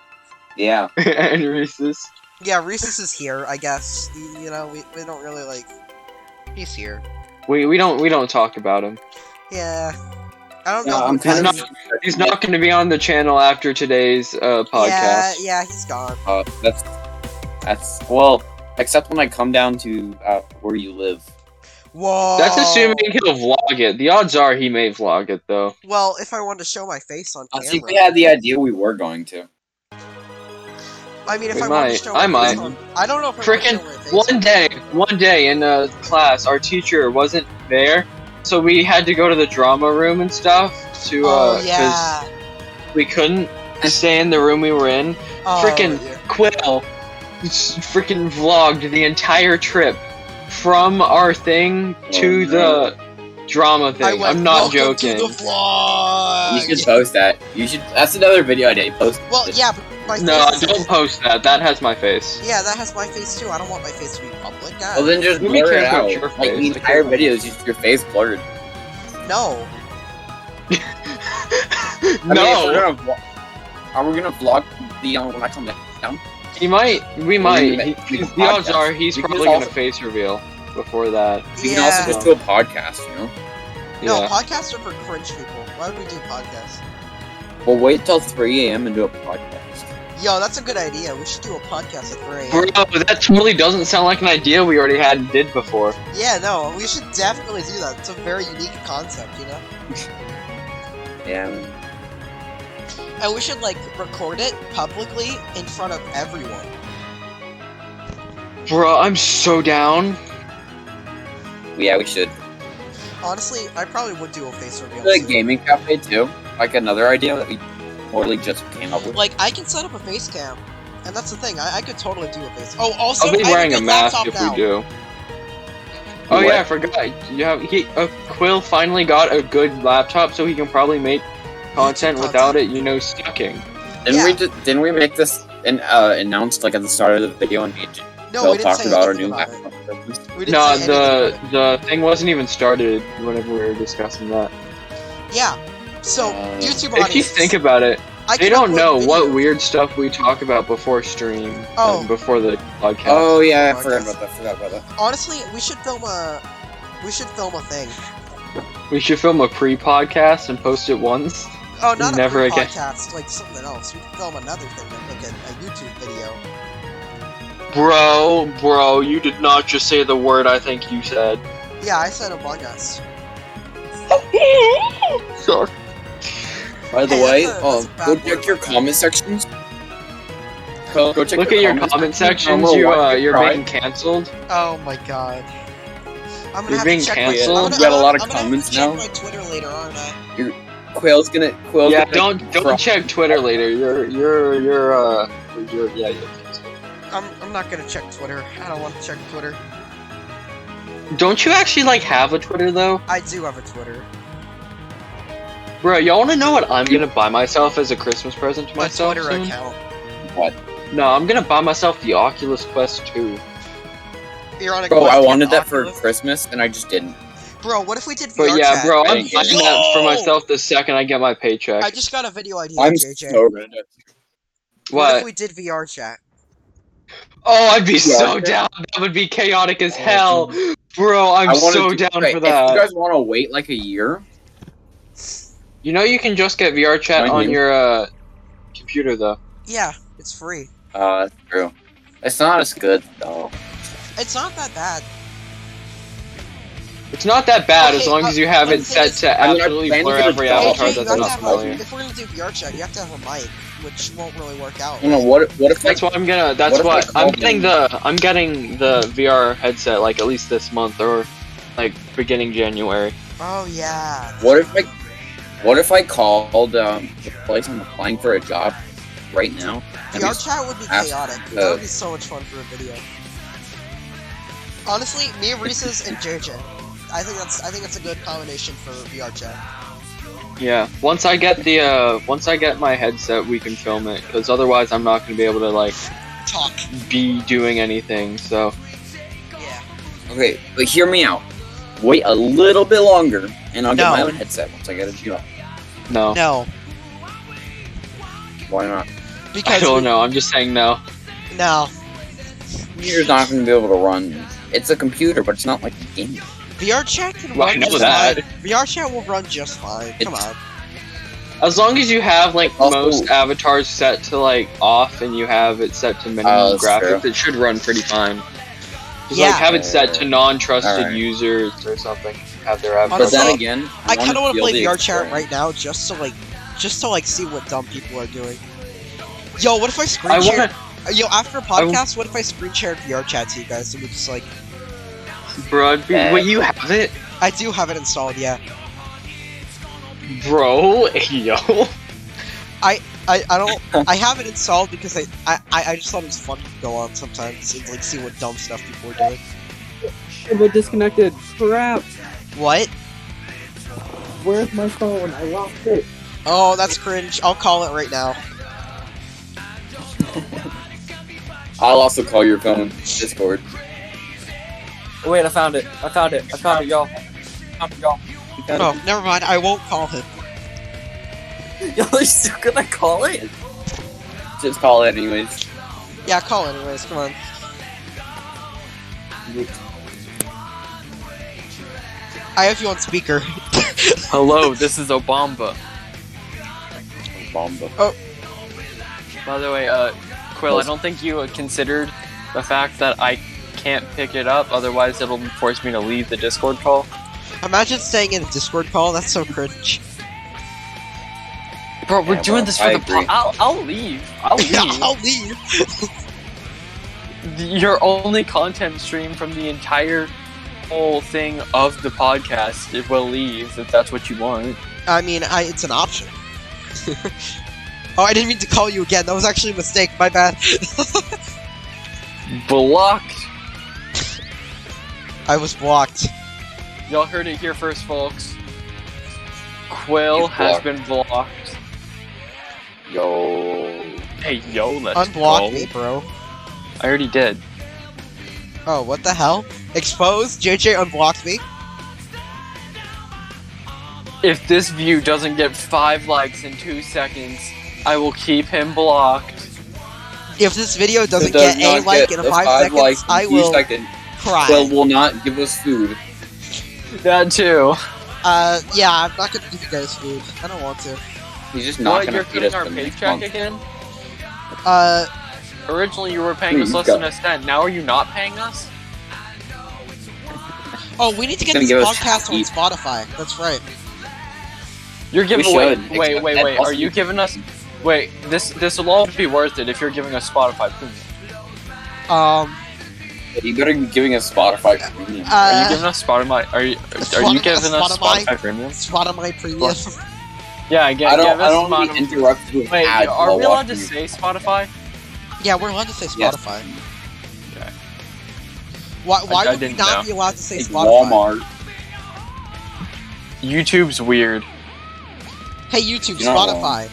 [SPEAKER 4] Yeah,
[SPEAKER 3] and Reese's.
[SPEAKER 1] yeah, Reese's is here, I guess. You, you know, we, we don't really like. He's here.
[SPEAKER 3] We we don't we don't talk about him.
[SPEAKER 1] Yeah. I don't
[SPEAKER 4] No,
[SPEAKER 1] know.
[SPEAKER 4] I'm
[SPEAKER 1] who
[SPEAKER 4] kind
[SPEAKER 3] kinda
[SPEAKER 1] Kyle-
[SPEAKER 4] of
[SPEAKER 3] not- He's not going to be on the channel after today's
[SPEAKER 1] Yeah,
[SPEAKER 3] uh, podcast.
[SPEAKER 1] yeah, he's gone.
[SPEAKER 4] Uh, that's that's well, except when I come down to uh, where you live.
[SPEAKER 1] Whoa.
[SPEAKER 3] That's assuming he'll vlog it. The odds are he may vlog it though.
[SPEAKER 1] Well, if I wanted to show my face on
[SPEAKER 4] I
[SPEAKER 1] camera.
[SPEAKER 4] think we Uh, had the idea we were going to.
[SPEAKER 1] I mean, if
[SPEAKER 3] We
[SPEAKER 1] I wanted to
[SPEAKER 3] might.
[SPEAKER 1] show
[SPEAKER 3] I
[SPEAKER 1] my face
[SPEAKER 3] might.
[SPEAKER 1] on. I don't know if I wanna
[SPEAKER 3] Frickin'
[SPEAKER 1] show my face
[SPEAKER 3] One
[SPEAKER 1] on-
[SPEAKER 3] day, one day in uh, class, our teacher wasn't there, so we had to go to the drama room and stuff to
[SPEAKER 1] Oh,
[SPEAKER 3] uh,
[SPEAKER 1] yeah.
[SPEAKER 3] we couldn't stay in the room we were in.
[SPEAKER 1] Oh,
[SPEAKER 3] frickin'
[SPEAKER 1] yeah.
[SPEAKER 3] Quill s- freaking vlogged the entire trip from our thing to
[SPEAKER 4] Oh, no.
[SPEAKER 3] the drama
[SPEAKER 1] I
[SPEAKER 3] thing.
[SPEAKER 1] went,
[SPEAKER 3] I'm not
[SPEAKER 1] "Welcome to
[SPEAKER 3] joking.
[SPEAKER 1] the
[SPEAKER 3] Uh,
[SPEAKER 1] vlog."
[SPEAKER 4] you should post that. You should. That's another video idea. Post.
[SPEAKER 1] Well,
[SPEAKER 4] it.
[SPEAKER 1] yeah, but my
[SPEAKER 3] No,
[SPEAKER 1] face.
[SPEAKER 3] don't post that. That has my face.
[SPEAKER 1] Yeah, that has my face too. I don't want my face to be public.
[SPEAKER 4] Well,
[SPEAKER 1] God.
[SPEAKER 4] then just
[SPEAKER 3] Let me
[SPEAKER 4] blur it
[SPEAKER 3] check out
[SPEAKER 4] out.
[SPEAKER 3] your
[SPEAKER 4] Like the
[SPEAKER 3] face.
[SPEAKER 4] entire video is just your face blurred.
[SPEAKER 1] no.
[SPEAKER 4] I mean, if we're
[SPEAKER 3] no,
[SPEAKER 4] gonna vlog- are we gonna vlog the um, when I come down?
[SPEAKER 3] he might. We might.
[SPEAKER 4] we
[SPEAKER 3] He-
[SPEAKER 4] can make
[SPEAKER 3] the odds
[SPEAKER 4] podcasts.
[SPEAKER 3] are he's
[SPEAKER 4] We can
[SPEAKER 3] probably
[SPEAKER 4] just
[SPEAKER 3] gonna
[SPEAKER 4] also-
[SPEAKER 3] face reveal before that.
[SPEAKER 4] We can
[SPEAKER 1] yeah.
[SPEAKER 4] also just do a podcast, you know.
[SPEAKER 1] no,
[SPEAKER 3] yeah.
[SPEAKER 1] podcasts are for cringe people. Why would we do podcasts?
[SPEAKER 4] We'll wait till 3 a.m. and do a podcast.
[SPEAKER 1] Yo, that's a good idea. We should do a podcast at 3
[SPEAKER 3] Bro,
[SPEAKER 1] a.m.
[SPEAKER 3] that totally doesn't sound like an idea we already had and did before.
[SPEAKER 1] Yeah, no, we should definitely do that. It's a very unique concept, you know?
[SPEAKER 4] Yeah.
[SPEAKER 1] And we should, like, record it publicly in front of everyone.
[SPEAKER 3] Bro, I'm so down.
[SPEAKER 4] Yeah, we should.
[SPEAKER 1] Honestly, I probably would do a face reveal.
[SPEAKER 4] The
[SPEAKER 1] too.
[SPEAKER 4] gaming cafe too. Like another idea that we totally just came up with.
[SPEAKER 1] Like, I can set up a face cam. And that's the thing, I, I could totally do a face Oh, also,
[SPEAKER 3] I'll be
[SPEAKER 1] I have
[SPEAKER 3] wearing
[SPEAKER 1] a,
[SPEAKER 3] a
[SPEAKER 1] good
[SPEAKER 3] mask
[SPEAKER 1] laptop
[SPEAKER 3] if
[SPEAKER 1] now.
[SPEAKER 3] we do. Oh
[SPEAKER 4] What?
[SPEAKER 3] yeah, I forgot. You have he uh, Quill finally got a good laptop, so he can probably make content without it. You know, sucking.
[SPEAKER 4] didn't we
[SPEAKER 1] yeah.
[SPEAKER 4] just, didn't we make this and uh, announced like at the start of the video and we just
[SPEAKER 1] No, we
[SPEAKER 4] Bill
[SPEAKER 1] didn't
[SPEAKER 4] talked
[SPEAKER 1] say
[SPEAKER 4] about our
[SPEAKER 1] anything
[SPEAKER 4] new
[SPEAKER 1] about it.
[SPEAKER 4] laptop? purpose?
[SPEAKER 1] We didn't say
[SPEAKER 3] No,
[SPEAKER 1] anything about
[SPEAKER 3] the
[SPEAKER 1] it.
[SPEAKER 3] the thing wasn't even started whenever we were discussing that.
[SPEAKER 1] Yeah. So,
[SPEAKER 4] Uh,
[SPEAKER 1] YouTube audience.
[SPEAKER 3] If you think about it,
[SPEAKER 1] I
[SPEAKER 3] they
[SPEAKER 1] can
[SPEAKER 3] don't
[SPEAKER 1] upload
[SPEAKER 3] know
[SPEAKER 1] video.
[SPEAKER 3] what weird stuff we talk about before stream,
[SPEAKER 1] Oh.
[SPEAKER 3] um, before the podcast.
[SPEAKER 4] Oh yeah, I
[SPEAKER 1] Podcast.
[SPEAKER 4] forgot about that. Forgot about that.
[SPEAKER 1] Honestly, we should film a. We should film a thing.
[SPEAKER 3] We should film a pre-podcast and post it once.
[SPEAKER 1] Oh, not
[SPEAKER 3] Never
[SPEAKER 1] a
[SPEAKER 3] again.
[SPEAKER 1] podcast, like something else. We could film another thing, like a, a YouTube video.
[SPEAKER 3] Bro, bro, you did not just say the word I think you said.
[SPEAKER 1] Yeah, I said Among Us.
[SPEAKER 4] By the
[SPEAKER 1] Hey,
[SPEAKER 4] way,
[SPEAKER 1] that's a-
[SPEAKER 4] um,
[SPEAKER 1] that's a bad
[SPEAKER 4] go
[SPEAKER 1] word,
[SPEAKER 4] check your
[SPEAKER 1] right?
[SPEAKER 4] comment sections. Go, go check
[SPEAKER 3] Look at your comment sections. You, uh, you're
[SPEAKER 4] right.
[SPEAKER 3] being canceled.
[SPEAKER 1] Oh my god. I'm gonna
[SPEAKER 3] You're
[SPEAKER 1] have
[SPEAKER 3] being
[SPEAKER 1] to check My,
[SPEAKER 3] canceled?
[SPEAKER 1] I'm gonna,
[SPEAKER 4] We got a lot of
[SPEAKER 1] I'm gonna have
[SPEAKER 4] comments
[SPEAKER 1] to check
[SPEAKER 4] now.
[SPEAKER 1] my Twitter later, aren't I?
[SPEAKER 4] Quail's gonna. Quail's
[SPEAKER 3] yeah,
[SPEAKER 4] gonna
[SPEAKER 3] don't don't
[SPEAKER 4] Bro.
[SPEAKER 3] check Twitter later. You're you're you're uh you're yeah you're canceled.
[SPEAKER 1] I'm, I'm not gonna check Twitter. I don't want to check Twitter.
[SPEAKER 3] Don't you actually like have a Twitter though,
[SPEAKER 1] I do have a Twitter.
[SPEAKER 3] bro? Y'all want to know what I'm gonna buy myself as a Christmas present to
[SPEAKER 1] My
[SPEAKER 3] myself
[SPEAKER 1] Twitter
[SPEAKER 3] soon?
[SPEAKER 1] account.
[SPEAKER 4] What?
[SPEAKER 3] No, I'm gonna buy myself the Oculus Quest 2.
[SPEAKER 1] You're on a
[SPEAKER 4] Bro,
[SPEAKER 1] quest
[SPEAKER 4] I
[SPEAKER 1] to get
[SPEAKER 4] wanted that for
[SPEAKER 1] Oculus.
[SPEAKER 4] Christmas and I just didn't.
[SPEAKER 1] Bro, what if we did
[SPEAKER 3] But
[SPEAKER 1] VR
[SPEAKER 3] yeah,
[SPEAKER 1] chat?
[SPEAKER 3] bro, I'm buying
[SPEAKER 4] Thank you.
[SPEAKER 3] that for
[SPEAKER 1] Yo!
[SPEAKER 3] myself the second I get my paycheck.
[SPEAKER 1] I just got a video idea,
[SPEAKER 4] I'm
[SPEAKER 1] JJ.
[SPEAKER 4] so ready.
[SPEAKER 1] What if
[SPEAKER 3] what?
[SPEAKER 1] we did VR chat?
[SPEAKER 3] Oh, I'd be so
[SPEAKER 4] Yeah.
[SPEAKER 3] down. That would be chaotic as hell, bro. I'm
[SPEAKER 4] I wanna
[SPEAKER 3] so
[SPEAKER 4] do-
[SPEAKER 3] down
[SPEAKER 4] okay,
[SPEAKER 3] for that.
[SPEAKER 4] If you guys want to wait like a year,
[SPEAKER 3] You know you can just get VR chat
[SPEAKER 4] Mind
[SPEAKER 3] on
[SPEAKER 4] you.
[SPEAKER 3] your uh, computer though.
[SPEAKER 1] Yeah, it's free.
[SPEAKER 4] uh, that's true. It's not as good though.
[SPEAKER 1] It's not that bad.
[SPEAKER 3] It's not that bad as
[SPEAKER 1] Okay,
[SPEAKER 3] long
[SPEAKER 1] uh,
[SPEAKER 3] as you have
[SPEAKER 1] one
[SPEAKER 3] it
[SPEAKER 1] thing
[SPEAKER 3] set
[SPEAKER 1] is-
[SPEAKER 3] to
[SPEAKER 4] I mean, I
[SPEAKER 3] absolutely
[SPEAKER 4] plan to
[SPEAKER 3] blur
[SPEAKER 4] get a
[SPEAKER 3] every
[SPEAKER 4] dog.
[SPEAKER 3] avatar
[SPEAKER 1] Hey, Jay, you
[SPEAKER 3] that's
[SPEAKER 1] have to
[SPEAKER 3] not
[SPEAKER 1] have, like,
[SPEAKER 3] familiar.
[SPEAKER 1] if we're gonna do VR chat, you have to have a mic, which won't really work out.
[SPEAKER 4] You know what? What if like
[SPEAKER 3] That's why I'm gonna. That's
[SPEAKER 4] What if I
[SPEAKER 3] why
[SPEAKER 4] call
[SPEAKER 3] I'm
[SPEAKER 4] them?
[SPEAKER 3] getting the. I'm getting the VR headset like at least this month or like beginning January.
[SPEAKER 1] Oh yeah.
[SPEAKER 4] What if I, what if I called um, the place I'm applying for a job right now? And
[SPEAKER 1] VR chat would be
[SPEAKER 4] ask
[SPEAKER 1] chaotic. That
[SPEAKER 4] the-
[SPEAKER 1] would be so much fun for a video. Honestly, me, Reese's, and JJ. I think that's I think that's a good combination for VR chat.
[SPEAKER 6] Yeah. Once I get the uh, once I get my headset, we can film it. Cause otherwise, I'm not gonna be able to like
[SPEAKER 1] Talk.
[SPEAKER 6] be doing anything. So
[SPEAKER 1] Yeah.
[SPEAKER 4] Okay, but hear me out. Wait a little bit longer, and I'll
[SPEAKER 1] No.
[SPEAKER 4] get my own headset once I get a deal.
[SPEAKER 6] no.
[SPEAKER 1] No,
[SPEAKER 4] Why not?
[SPEAKER 6] I
[SPEAKER 1] because
[SPEAKER 6] don't know. I'm just saying no.
[SPEAKER 1] no,
[SPEAKER 4] Computer's not going to be able to run. It's a computer, but it's not like a game.
[SPEAKER 1] VR chat can
[SPEAKER 6] Well, I
[SPEAKER 1] run
[SPEAKER 6] know
[SPEAKER 1] just
[SPEAKER 6] that.
[SPEAKER 1] fine. VR chat will run just fine. Come
[SPEAKER 4] It's-
[SPEAKER 1] on.
[SPEAKER 6] As long as you have like
[SPEAKER 4] Also-
[SPEAKER 6] most avatars set to like off and you have it set to minimum
[SPEAKER 4] Oh, that's
[SPEAKER 6] graphics,
[SPEAKER 4] true.
[SPEAKER 6] it should run pretty fine. Just
[SPEAKER 1] Yeah.
[SPEAKER 6] like have it set to non-trusted
[SPEAKER 4] Alright.
[SPEAKER 6] users or something. Have their avatar.
[SPEAKER 4] But
[SPEAKER 1] Honestly,
[SPEAKER 4] then again,
[SPEAKER 1] I kind of want to
[SPEAKER 4] feel
[SPEAKER 1] play
[SPEAKER 4] the
[SPEAKER 1] VR chat
[SPEAKER 4] experience.
[SPEAKER 1] right now just to like, just to like see what dumb people are doing. Yo, what if I screen
[SPEAKER 6] I
[SPEAKER 1] shared?
[SPEAKER 6] want
[SPEAKER 1] Yo, after a
[SPEAKER 6] w-
[SPEAKER 1] podcast, what if I screen shared VR chat to you guys? And we just like,
[SPEAKER 6] to, bro. I'd be- Wait, you have it,
[SPEAKER 1] I do have it installed. Yeah,
[SPEAKER 6] bro? Yo.
[SPEAKER 1] I, I don't. I have it installed because I, I, I just thought it was fun to go on sometimes and like see what dumb stuff people are doing.
[SPEAKER 7] Cable disconnected. Crap.
[SPEAKER 1] What?
[SPEAKER 7] Where's my phone? I lost it.
[SPEAKER 1] Oh, that's cringe. I'll call it right now.
[SPEAKER 4] I'll also call your phone Discord.
[SPEAKER 7] Wait, I found it. I found it. I found it, y'all. Found it, y'all.
[SPEAKER 1] Oh, never mind. I won't call him.
[SPEAKER 7] Y'all are still gonna call it?
[SPEAKER 4] Just call it anyways.
[SPEAKER 1] Yeah, call anyways. Come on. I have you on speaker.
[SPEAKER 3] Hello, this is Obamba.
[SPEAKER 4] Bomba.
[SPEAKER 3] By the way, uh, Quill, I don't think you uh, considered the fact that I can't pick it up, otherwise, it'll force me to leave the Discord call.
[SPEAKER 1] Imagine staying in a Discord call. That's so cringe.
[SPEAKER 3] Bro, we're
[SPEAKER 4] Yeah,
[SPEAKER 3] doing
[SPEAKER 4] well,
[SPEAKER 3] this for
[SPEAKER 4] I
[SPEAKER 3] the po-
[SPEAKER 4] agree.
[SPEAKER 3] I'll, I'll leave. I'll leave.
[SPEAKER 1] I'll leave.
[SPEAKER 3] Your only content stream from the entire whole thing of the podcast it will leave if that's what you want.
[SPEAKER 1] I mean, I, it's an option. oh, I didn't mean to call you again. That was actually a mistake. My bad.
[SPEAKER 3] Blocked.
[SPEAKER 1] I was blocked.
[SPEAKER 3] Y'all heard it here first, folks. Quill
[SPEAKER 4] He's
[SPEAKER 3] has
[SPEAKER 4] blocked.
[SPEAKER 3] been blocked.
[SPEAKER 4] Yo.
[SPEAKER 3] Hey, yo, let's
[SPEAKER 1] Unblock
[SPEAKER 3] go.
[SPEAKER 1] me, bro.
[SPEAKER 3] I already did.
[SPEAKER 1] Oh, what the hell? Exposed? JJ unblocked me?
[SPEAKER 3] If this view doesn't get five likes in two seconds, I will keep him blocked.
[SPEAKER 1] If this video doesn't
[SPEAKER 4] It does
[SPEAKER 1] get a
[SPEAKER 4] not
[SPEAKER 1] like
[SPEAKER 4] get
[SPEAKER 1] in
[SPEAKER 4] the
[SPEAKER 1] five, seconds,
[SPEAKER 4] likes in
[SPEAKER 1] I
[SPEAKER 4] two
[SPEAKER 1] will
[SPEAKER 4] seconds.
[SPEAKER 1] cry.
[SPEAKER 4] Quill will not give us food.
[SPEAKER 3] That too.
[SPEAKER 1] uh, yeah, I'm not gonna give you guys food. I don't want to.
[SPEAKER 4] He's just not
[SPEAKER 3] what,
[SPEAKER 4] going
[SPEAKER 3] you're
[SPEAKER 4] to feed us
[SPEAKER 3] cutting our
[SPEAKER 4] for the next
[SPEAKER 3] paycheck
[SPEAKER 4] month.
[SPEAKER 3] again?
[SPEAKER 1] Uh,
[SPEAKER 3] Originally, you were paying
[SPEAKER 4] Hmm,
[SPEAKER 3] us
[SPEAKER 4] you
[SPEAKER 3] less
[SPEAKER 4] got
[SPEAKER 3] than a cent. Now are you not paying us?
[SPEAKER 1] oh, we need to get
[SPEAKER 4] Gonna
[SPEAKER 1] this
[SPEAKER 4] give us
[SPEAKER 1] podcast on
[SPEAKER 4] heat.
[SPEAKER 1] Spotify. That's right.
[SPEAKER 3] You're giving
[SPEAKER 4] We
[SPEAKER 3] away.
[SPEAKER 4] should,
[SPEAKER 3] Wait,
[SPEAKER 4] except
[SPEAKER 3] wait,
[SPEAKER 4] that
[SPEAKER 3] wait. Are
[SPEAKER 4] also-
[SPEAKER 3] you giving us? Wait, this this will all be worth it if you're giving us Spotify Premium.
[SPEAKER 1] Um,
[SPEAKER 4] You better be giving us Spotify. Premium.
[SPEAKER 3] Are you
[SPEAKER 1] uh,
[SPEAKER 3] giving us Spotify? Are you are you
[SPEAKER 1] Spotify-
[SPEAKER 3] giving us
[SPEAKER 1] Spotify?
[SPEAKER 3] Spotify Premium?
[SPEAKER 1] Spotify Premium.
[SPEAKER 3] Yeah, I get.
[SPEAKER 4] I don't.
[SPEAKER 3] give us
[SPEAKER 4] I don't want to
[SPEAKER 3] Spotify-
[SPEAKER 4] be interrupted with
[SPEAKER 3] Wait,
[SPEAKER 4] ads.
[SPEAKER 3] are
[SPEAKER 4] while
[SPEAKER 3] we allowed to
[SPEAKER 4] watching
[SPEAKER 3] say Spotify?
[SPEAKER 1] yeah, we're allowed to say
[SPEAKER 4] Yes.
[SPEAKER 1] Spotify.
[SPEAKER 3] Okay.
[SPEAKER 1] Why, why
[SPEAKER 3] I
[SPEAKER 1] would we
[SPEAKER 3] didn't
[SPEAKER 1] not
[SPEAKER 3] know.
[SPEAKER 1] be allowed to say
[SPEAKER 4] like
[SPEAKER 1] Spotify?
[SPEAKER 4] Walmart.
[SPEAKER 3] YouTube's weird.
[SPEAKER 1] Hey YouTube,
[SPEAKER 4] You're not
[SPEAKER 1] Spotify.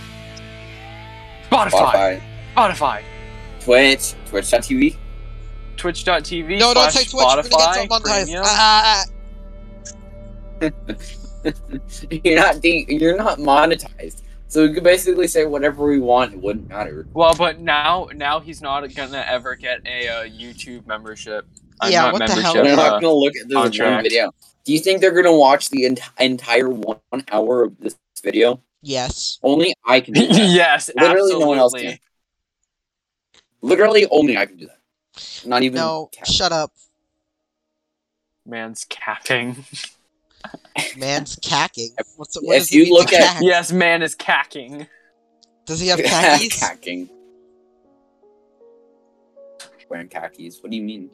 [SPEAKER 3] Spotify.
[SPEAKER 4] Spotify,
[SPEAKER 3] Spotify.
[SPEAKER 4] Twitch, Twitch.tv.
[SPEAKER 3] Twitch.tv.
[SPEAKER 1] No, don't
[SPEAKER 3] slash
[SPEAKER 1] say Twitch. We're gonna get
[SPEAKER 3] Spotify
[SPEAKER 1] some monetized.
[SPEAKER 3] Premium.
[SPEAKER 1] Ah, ah,
[SPEAKER 4] you're not. De- you're not monetized, so we could basically say whatever we want. It wouldn't matter.
[SPEAKER 3] Well, but now now he's not gonna ever get a uh, YouTube membership. Uh,
[SPEAKER 1] Yeah,
[SPEAKER 3] not
[SPEAKER 1] what the
[SPEAKER 3] membership,
[SPEAKER 1] hell?
[SPEAKER 4] They're
[SPEAKER 3] uh,
[SPEAKER 4] not gonna look at this one
[SPEAKER 3] contract.
[SPEAKER 4] video. Do you think they're gonna watch the ent- entire one hour of this video?
[SPEAKER 1] ah. Yes.
[SPEAKER 4] Only I can. Do that.
[SPEAKER 3] yes,
[SPEAKER 4] Literally,
[SPEAKER 3] absolutely.
[SPEAKER 4] no one else can. Literally, only I can do that. Not even.
[SPEAKER 1] No,
[SPEAKER 4] Kat.
[SPEAKER 1] shut up.
[SPEAKER 3] Man's capping.
[SPEAKER 1] Man's cacking. What's, what
[SPEAKER 4] If
[SPEAKER 1] does it
[SPEAKER 4] you
[SPEAKER 1] mean to
[SPEAKER 4] look at-
[SPEAKER 1] cack?
[SPEAKER 3] yes, man is cacking.
[SPEAKER 1] Does he have khakis?
[SPEAKER 4] Khaki. Wearing khakis. What do you mean?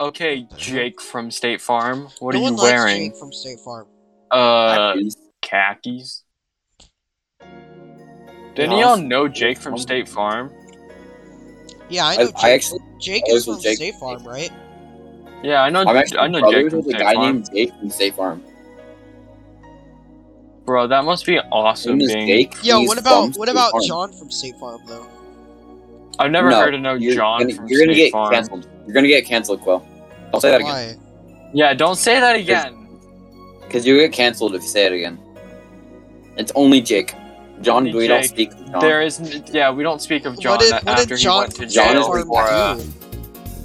[SPEAKER 3] Okay, Jake from State Farm. What
[SPEAKER 1] no
[SPEAKER 3] are
[SPEAKER 1] one
[SPEAKER 3] you
[SPEAKER 1] likes
[SPEAKER 3] wearing?
[SPEAKER 1] Jake from State Farm.
[SPEAKER 3] Uh,
[SPEAKER 4] Khakis.
[SPEAKER 3] khakis. Didn't y'all know Jake from State Farm?
[SPEAKER 1] Yeah, I know
[SPEAKER 4] I,
[SPEAKER 1] Jake.
[SPEAKER 4] I actually,
[SPEAKER 1] Jake
[SPEAKER 4] I
[SPEAKER 1] is
[SPEAKER 4] was
[SPEAKER 1] from
[SPEAKER 4] with Jake.
[SPEAKER 1] State Farm, right?
[SPEAKER 3] Yeah, I know.
[SPEAKER 4] I'm actually
[SPEAKER 3] I know
[SPEAKER 4] brothers
[SPEAKER 3] Jake from
[SPEAKER 4] with a
[SPEAKER 3] State
[SPEAKER 4] guy
[SPEAKER 3] Farm.
[SPEAKER 4] named Jake from State Farm.
[SPEAKER 3] Bro, that must be awesome.
[SPEAKER 4] Name is
[SPEAKER 3] Being,
[SPEAKER 4] Jake.
[SPEAKER 1] Yo,
[SPEAKER 4] He's
[SPEAKER 1] what about
[SPEAKER 4] bummed
[SPEAKER 1] what about
[SPEAKER 4] his arm.
[SPEAKER 1] John from State Farm though?
[SPEAKER 3] I've never
[SPEAKER 4] No,
[SPEAKER 3] heard of no
[SPEAKER 4] you're
[SPEAKER 3] John
[SPEAKER 4] Gonna,
[SPEAKER 3] from
[SPEAKER 4] you're gonna
[SPEAKER 3] State
[SPEAKER 4] get
[SPEAKER 3] Farm.
[SPEAKER 4] canceled. You're gonna get canceled, Quill. I'll say that again.
[SPEAKER 1] Why?
[SPEAKER 3] Yeah, don't say that again.
[SPEAKER 4] Because you get canceled if you say it again. It's only Jake. John,
[SPEAKER 3] Only
[SPEAKER 4] we don't
[SPEAKER 3] Jake.
[SPEAKER 4] speak. of John.
[SPEAKER 3] There is, n- yeah, we don't speak of John
[SPEAKER 1] what did,
[SPEAKER 3] a-
[SPEAKER 1] what
[SPEAKER 3] after
[SPEAKER 1] did
[SPEAKER 3] he
[SPEAKER 1] John
[SPEAKER 3] went to
[SPEAKER 1] from
[SPEAKER 4] John
[SPEAKER 3] jail.
[SPEAKER 4] is
[SPEAKER 1] State
[SPEAKER 4] before, uh,
[SPEAKER 1] Farm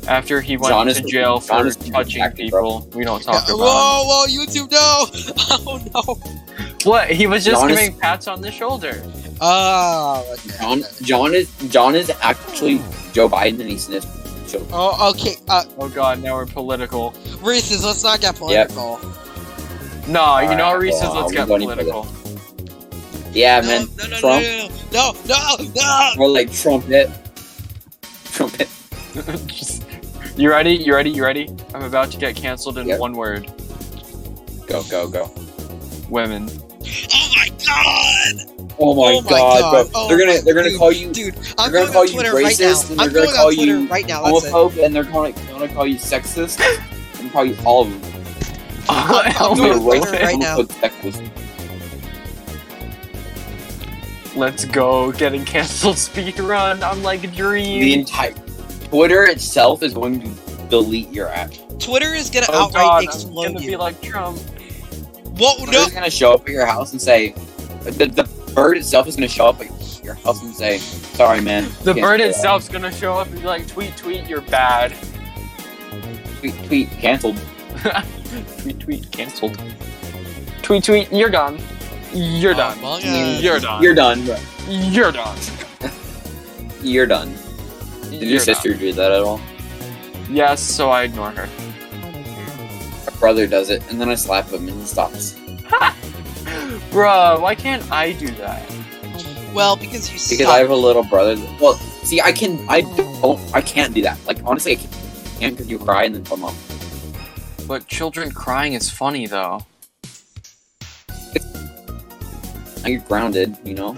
[SPEAKER 1] do?
[SPEAKER 3] after he went
[SPEAKER 4] John
[SPEAKER 3] to
[SPEAKER 4] is-
[SPEAKER 3] jail
[SPEAKER 4] John
[SPEAKER 3] for
[SPEAKER 4] is being
[SPEAKER 3] touching
[SPEAKER 4] exacted, bro.
[SPEAKER 3] people. We don't
[SPEAKER 1] Yeah,
[SPEAKER 3] talk about.
[SPEAKER 1] whoa, whoa, YouTube, no! Oh no!
[SPEAKER 3] him. What? He was just
[SPEAKER 4] John is-
[SPEAKER 3] giving pats on the shoulder.
[SPEAKER 1] Oh, okay.
[SPEAKER 4] John, John is John is actually Joe Biden, and he sniffs children.
[SPEAKER 1] Oh, okay. Uh,
[SPEAKER 3] Oh god, now we're political.
[SPEAKER 1] Reese's, let's not get political.
[SPEAKER 3] No, you know,
[SPEAKER 4] Alright,
[SPEAKER 3] Reese's,
[SPEAKER 4] well,
[SPEAKER 3] let's
[SPEAKER 4] I'm
[SPEAKER 3] get
[SPEAKER 4] going for
[SPEAKER 3] political.
[SPEAKER 4] Yeah,
[SPEAKER 8] No,
[SPEAKER 4] man.
[SPEAKER 8] no, no,
[SPEAKER 4] Trump,
[SPEAKER 8] no, no, no, no, no.
[SPEAKER 4] or like trumpet, trumpet.
[SPEAKER 3] Just- you ready? You ready? You ready? I'm about to get canceled in
[SPEAKER 4] Yeah.
[SPEAKER 3] one word.
[SPEAKER 4] Go, go, go.
[SPEAKER 3] Women.
[SPEAKER 8] Oh my god!
[SPEAKER 4] Oh my,
[SPEAKER 1] Oh my
[SPEAKER 4] god,
[SPEAKER 1] God.
[SPEAKER 4] bro.
[SPEAKER 1] Oh
[SPEAKER 4] they're
[SPEAKER 1] my-
[SPEAKER 4] gonna they're gonna call you
[SPEAKER 1] Dude, I'm
[SPEAKER 4] They're
[SPEAKER 1] going
[SPEAKER 4] gonna
[SPEAKER 1] on
[SPEAKER 4] call you
[SPEAKER 1] Twitter right
[SPEAKER 4] racist,
[SPEAKER 1] now.
[SPEAKER 4] and
[SPEAKER 1] I'm
[SPEAKER 4] they're
[SPEAKER 1] going
[SPEAKER 4] gonna call
[SPEAKER 1] on Twitter
[SPEAKER 4] you
[SPEAKER 1] right now. That's it.
[SPEAKER 4] homophobe, and they're gonna they're gonna call you sexist. They're gonna call you all of them.
[SPEAKER 1] I'm
[SPEAKER 4] They're
[SPEAKER 1] doing it
[SPEAKER 4] racist,
[SPEAKER 1] right now.
[SPEAKER 4] homophobe, sexist.
[SPEAKER 3] Let's go. Getting canceled speedrun. I'm like a
[SPEAKER 4] The
[SPEAKER 3] dream.
[SPEAKER 4] entire Twitter itself is going to delete your app.
[SPEAKER 1] Twitter is gonna
[SPEAKER 3] Oh
[SPEAKER 1] outright
[SPEAKER 3] god, I'm
[SPEAKER 1] explode
[SPEAKER 3] gonna
[SPEAKER 1] you.
[SPEAKER 3] be like Trump.
[SPEAKER 1] Whoa,
[SPEAKER 4] They're
[SPEAKER 1] Oh, no!
[SPEAKER 4] just gonna show up at your house and say, the, the bird itself is gonna show up at your house and say, sorry man.
[SPEAKER 3] The
[SPEAKER 4] can't
[SPEAKER 3] bird
[SPEAKER 4] do that."
[SPEAKER 3] itself's gonna show up and be like, tweet, tweet, you're bad.
[SPEAKER 4] Tweet, tweet, cancelled.
[SPEAKER 3] Tweet, tweet, canceled. Tweet, tweet, you're done. You're done.
[SPEAKER 1] Among Us.
[SPEAKER 3] You're done.
[SPEAKER 4] You're done. bro.
[SPEAKER 3] You're done.
[SPEAKER 4] You're done. Did your
[SPEAKER 3] You're
[SPEAKER 4] sister do that at all?
[SPEAKER 3] done. Yes, so I ignore her.
[SPEAKER 4] My brother does it, and then I slap him and he stops.
[SPEAKER 3] Bruh, why can't I do that?
[SPEAKER 1] Well, because you
[SPEAKER 4] Because
[SPEAKER 1] suck.
[SPEAKER 4] I have a little brother. That, well, see, I can, I don't, I can't do that. Like honestly, I can't because you cry and then come up.
[SPEAKER 3] But children crying is funny though.
[SPEAKER 4] I get grounded, you know.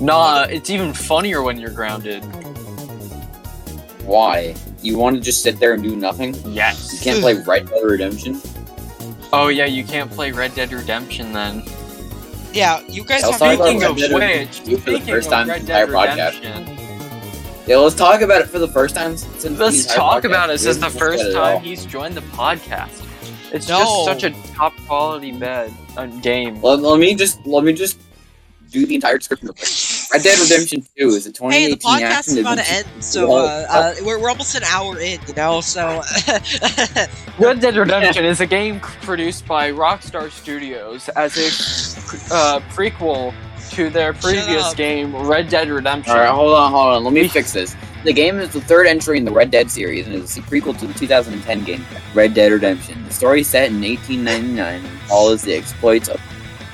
[SPEAKER 3] Nah, it's even funnier when you're grounded.
[SPEAKER 4] Why? You want to just sit there and do nothing? You
[SPEAKER 3] Yes.
[SPEAKER 4] can't play Red Dead Redemption.
[SPEAKER 3] Oh yeah, you can't play Red Dead Redemption then.
[SPEAKER 1] Yeah, you guys
[SPEAKER 4] Tell
[SPEAKER 1] have
[SPEAKER 4] Sorry about
[SPEAKER 3] Speaking
[SPEAKER 4] Red
[SPEAKER 3] of
[SPEAKER 4] Dead
[SPEAKER 3] which,
[SPEAKER 4] Redemption for the
[SPEAKER 3] speaking
[SPEAKER 4] first
[SPEAKER 3] of
[SPEAKER 4] time
[SPEAKER 3] Red
[SPEAKER 4] in the entire
[SPEAKER 3] Dead
[SPEAKER 4] podcast.
[SPEAKER 3] Redemption,
[SPEAKER 4] Yeah, let's talk about it for the first time since. the
[SPEAKER 3] let's
[SPEAKER 4] entire
[SPEAKER 3] talk
[SPEAKER 4] podcast.
[SPEAKER 3] about
[SPEAKER 4] We
[SPEAKER 3] it. This is the
[SPEAKER 4] haven't talked
[SPEAKER 3] first
[SPEAKER 4] about it at
[SPEAKER 3] time he's joined the podcast. It's
[SPEAKER 1] No.
[SPEAKER 3] just such a top quality bed uh, game.
[SPEAKER 4] all. Let, let me just let me just do the entire description. Real quick. Red Dead Redemption Two is a 2018
[SPEAKER 1] Hey, the podcast
[SPEAKER 4] action
[SPEAKER 1] is about to
[SPEAKER 4] adventure-
[SPEAKER 1] end, so uh, uh, we're, we're almost an hour in, you know. So
[SPEAKER 3] Red Dead Redemption is a game c- produced by Rockstar Studios as a uh, prequel to their previous
[SPEAKER 1] up.
[SPEAKER 3] game, Red Dead Redemption.
[SPEAKER 4] All right, hold on, hold on. Let me fix this. The game is the third entry in the Red Dead series and is a prequel to the 2010 game Red Dead Redemption. The story is set in 1899 and follows the exploits of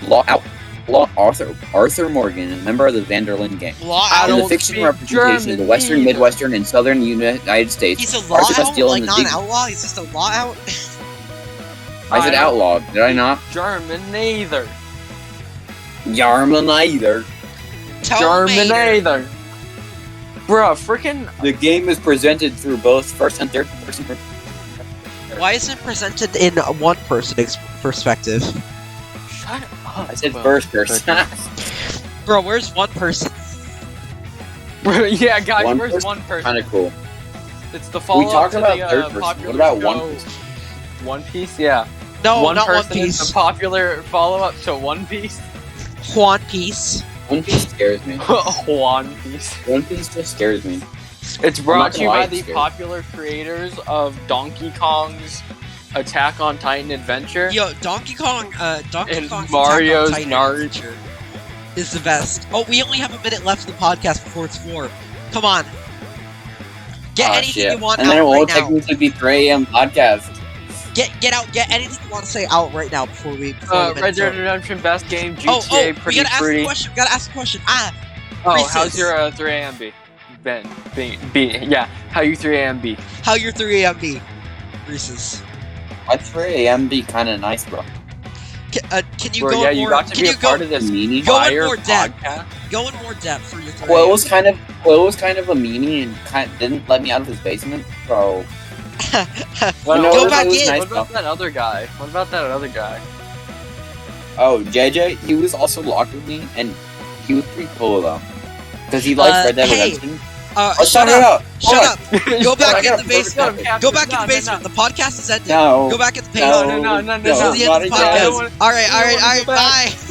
[SPEAKER 4] law outlaw Arthur Arthur Morgan, a member of the Vanderlyn gang.
[SPEAKER 1] law
[SPEAKER 3] I
[SPEAKER 4] In
[SPEAKER 1] out.
[SPEAKER 4] the
[SPEAKER 3] don't
[SPEAKER 4] fiction
[SPEAKER 3] speak
[SPEAKER 4] representation of the
[SPEAKER 3] German
[SPEAKER 4] Western,
[SPEAKER 3] either.
[SPEAKER 4] Midwestern, and Southern Uni- United States.
[SPEAKER 1] He's a law
[SPEAKER 4] Arthur
[SPEAKER 1] out,
[SPEAKER 4] Steele
[SPEAKER 1] like
[SPEAKER 4] and the
[SPEAKER 1] not an
[SPEAKER 4] Big-
[SPEAKER 1] outlaw. He's just a law out.
[SPEAKER 4] I said outlaw, did I not?
[SPEAKER 3] German neither.
[SPEAKER 4] Yarman either.
[SPEAKER 1] Tell me.
[SPEAKER 3] German neither. Bruh, freaking
[SPEAKER 4] The game is presented through both first and third person.
[SPEAKER 1] Why is it presented in one person ex- perspective?
[SPEAKER 3] shut up.
[SPEAKER 4] I said
[SPEAKER 3] bro.
[SPEAKER 4] first person.
[SPEAKER 1] Bro, where's one person?
[SPEAKER 3] yeah, guys,
[SPEAKER 4] One
[SPEAKER 3] where's
[SPEAKER 4] person?
[SPEAKER 3] one person?
[SPEAKER 4] kind of cool.
[SPEAKER 3] It's the follow-up
[SPEAKER 4] talked
[SPEAKER 3] to
[SPEAKER 4] about
[SPEAKER 3] the,
[SPEAKER 4] third
[SPEAKER 3] uh,
[SPEAKER 4] person. What
[SPEAKER 3] popular
[SPEAKER 4] about
[SPEAKER 3] show,
[SPEAKER 4] one
[SPEAKER 3] One Piece, yeah.
[SPEAKER 1] No,
[SPEAKER 3] One
[SPEAKER 1] not
[SPEAKER 3] person
[SPEAKER 1] One
[SPEAKER 3] is
[SPEAKER 1] Piece.
[SPEAKER 3] the popular follow-up to One Piece.
[SPEAKER 1] One Piece.
[SPEAKER 4] One Piece scares me.
[SPEAKER 3] One Piece.
[SPEAKER 4] One Piece just scares me.
[SPEAKER 3] It's
[SPEAKER 4] not
[SPEAKER 3] brought to
[SPEAKER 4] gonna
[SPEAKER 3] you
[SPEAKER 4] lie,
[SPEAKER 3] by
[SPEAKER 4] it's
[SPEAKER 3] the
[SPEAKER 4] scary.
[SPEAKER 3] popular creators of Donkey Kong's Attack on Titan Adventure.
[SPEAKER 1] Yo, Donkey Kong, uh, Donkey
[SPEAKER 3] And
[SPEAKER 1] Kong's
[SPEAKER 3] Mario's
[SPEAKER 1] Attack on Titan
[SPEAKER 3] Naruto.
[SPEAKER 1] adventure is the best. Oh, we only have a minute left of the podcast before it's four. Come on, get
[SPEAKER 4] Ah,
[SPEAKER 1] anything
[SPEAKER 4] shit.
[SPEAKER 1] you want
[SPEAKER 4] and
[SPEAKER 1] out
[SPEAKER 4] then it
[SPEAKER 1] right
[SPEAKER 4] won't
[SPEAKER 1] now.
[SPEAKER 4] technically be 3 a.m. podcast.
[SPEAKER 1] Get get out, get anything you want to say out right now before we. Before
[SPEAKER 3] Uh,
[SPEAKER 1] we
[SPEAKER 3] Red
[SPEAKER 1] end
[SPEAKER 3] Dead
[SPEAKER 1] it.
[SPEAKER 3] Redemption, best game, GTA,
[SPEAKER 1] oh, oh, we
[SPEAKER 3] pretty
[SPEAKER 1] gotta ask the
[SPEAKER 3] pretty.
[SPEAKER 1] question. Gotta ask the question. Ah,
[SPEAKER 3] Oh,
[SPEAKER 1] Reese's.
[SPEAKER 3] how's your uh, 3 a.m. be? Ben, be, be, yeah, how you 3 a.m. be?
[SPEAKER 1] how your three AM be? Reese's.
[SPEAKER 4] Why 3 a.m. be kind of nice, bro?
[SPEAKER 1] Can, uh, can you
[SPEAKER 3] Bro,
[SPEAKER 1] go?
[SPEAKER 3] yeah,
[SPEAKER 1] in
[SPEAKER 3] you
[SPEAKER 1] more,
[SPEAKER 3] got to
[SPEAKER 1] can
[SPEAKER 3] be a
[SPEAKER 1] you go,
[SPEAKER 3] part of this
[SPEAKER 4] Meanie.
[SPEAKER 1] Go in
[SPEAKER 3] fire
[SPEAKER 1] more depth.
[SPEAKER 3] podcast.
[SPEAKER 1] go in more depth for your three? Uh,
[SPEAKER 4] Quill was kind of Quill was kind of a meanie and kind didn't let me out of his basement, bro.
[SPEAKER 3] What,
[SPEAKER 4] You know,
[SPEAKER 1] Go
[SPEAKER 4] it was-
[SPEAKER 1] back
[SPEAKER 4] it was
[SPEAKER 1] in.
[SPEAKER 4] nice,
[SPEAKER 3] what about that other guy? What about that other guy?
[SPEAKER 4] Oh, JJ, he was also locked with me, and he was pretty cool though, because he likes
[SPEAKER 1] Uh,
[SPEAKER 4] Red Dead
[SPEAKER 1] hey,
[SPEAKER 4] Redemption.
[SPEAKER 1] Uh,
[SPEAKER 4] Oh,
[SPEAKER 1] shut
[SPEAKER 4] shut
[SPEAKER 1] up!
[SPEAKER 4] up!
[SPEAKER 1] Shut up! Go back in
[SPEAKER 4] Shut
[SPEAKER 1] the
[SPEAKER 4] up.
[SPEAKER 1] basement. Go back in the basement. The podcast is ending.
[SPEAKER 4] No.
[SPEAKER 1] Go back in the
[SPEAKER 4] No.
[SPEAKER 1] basement.
[SPEAKER 4] No.
[SPEAKER 1] This is the end of the
[SPEAKER 4] not again.
[SPEAKER 1] podcast. All right, all right, all right. Bye.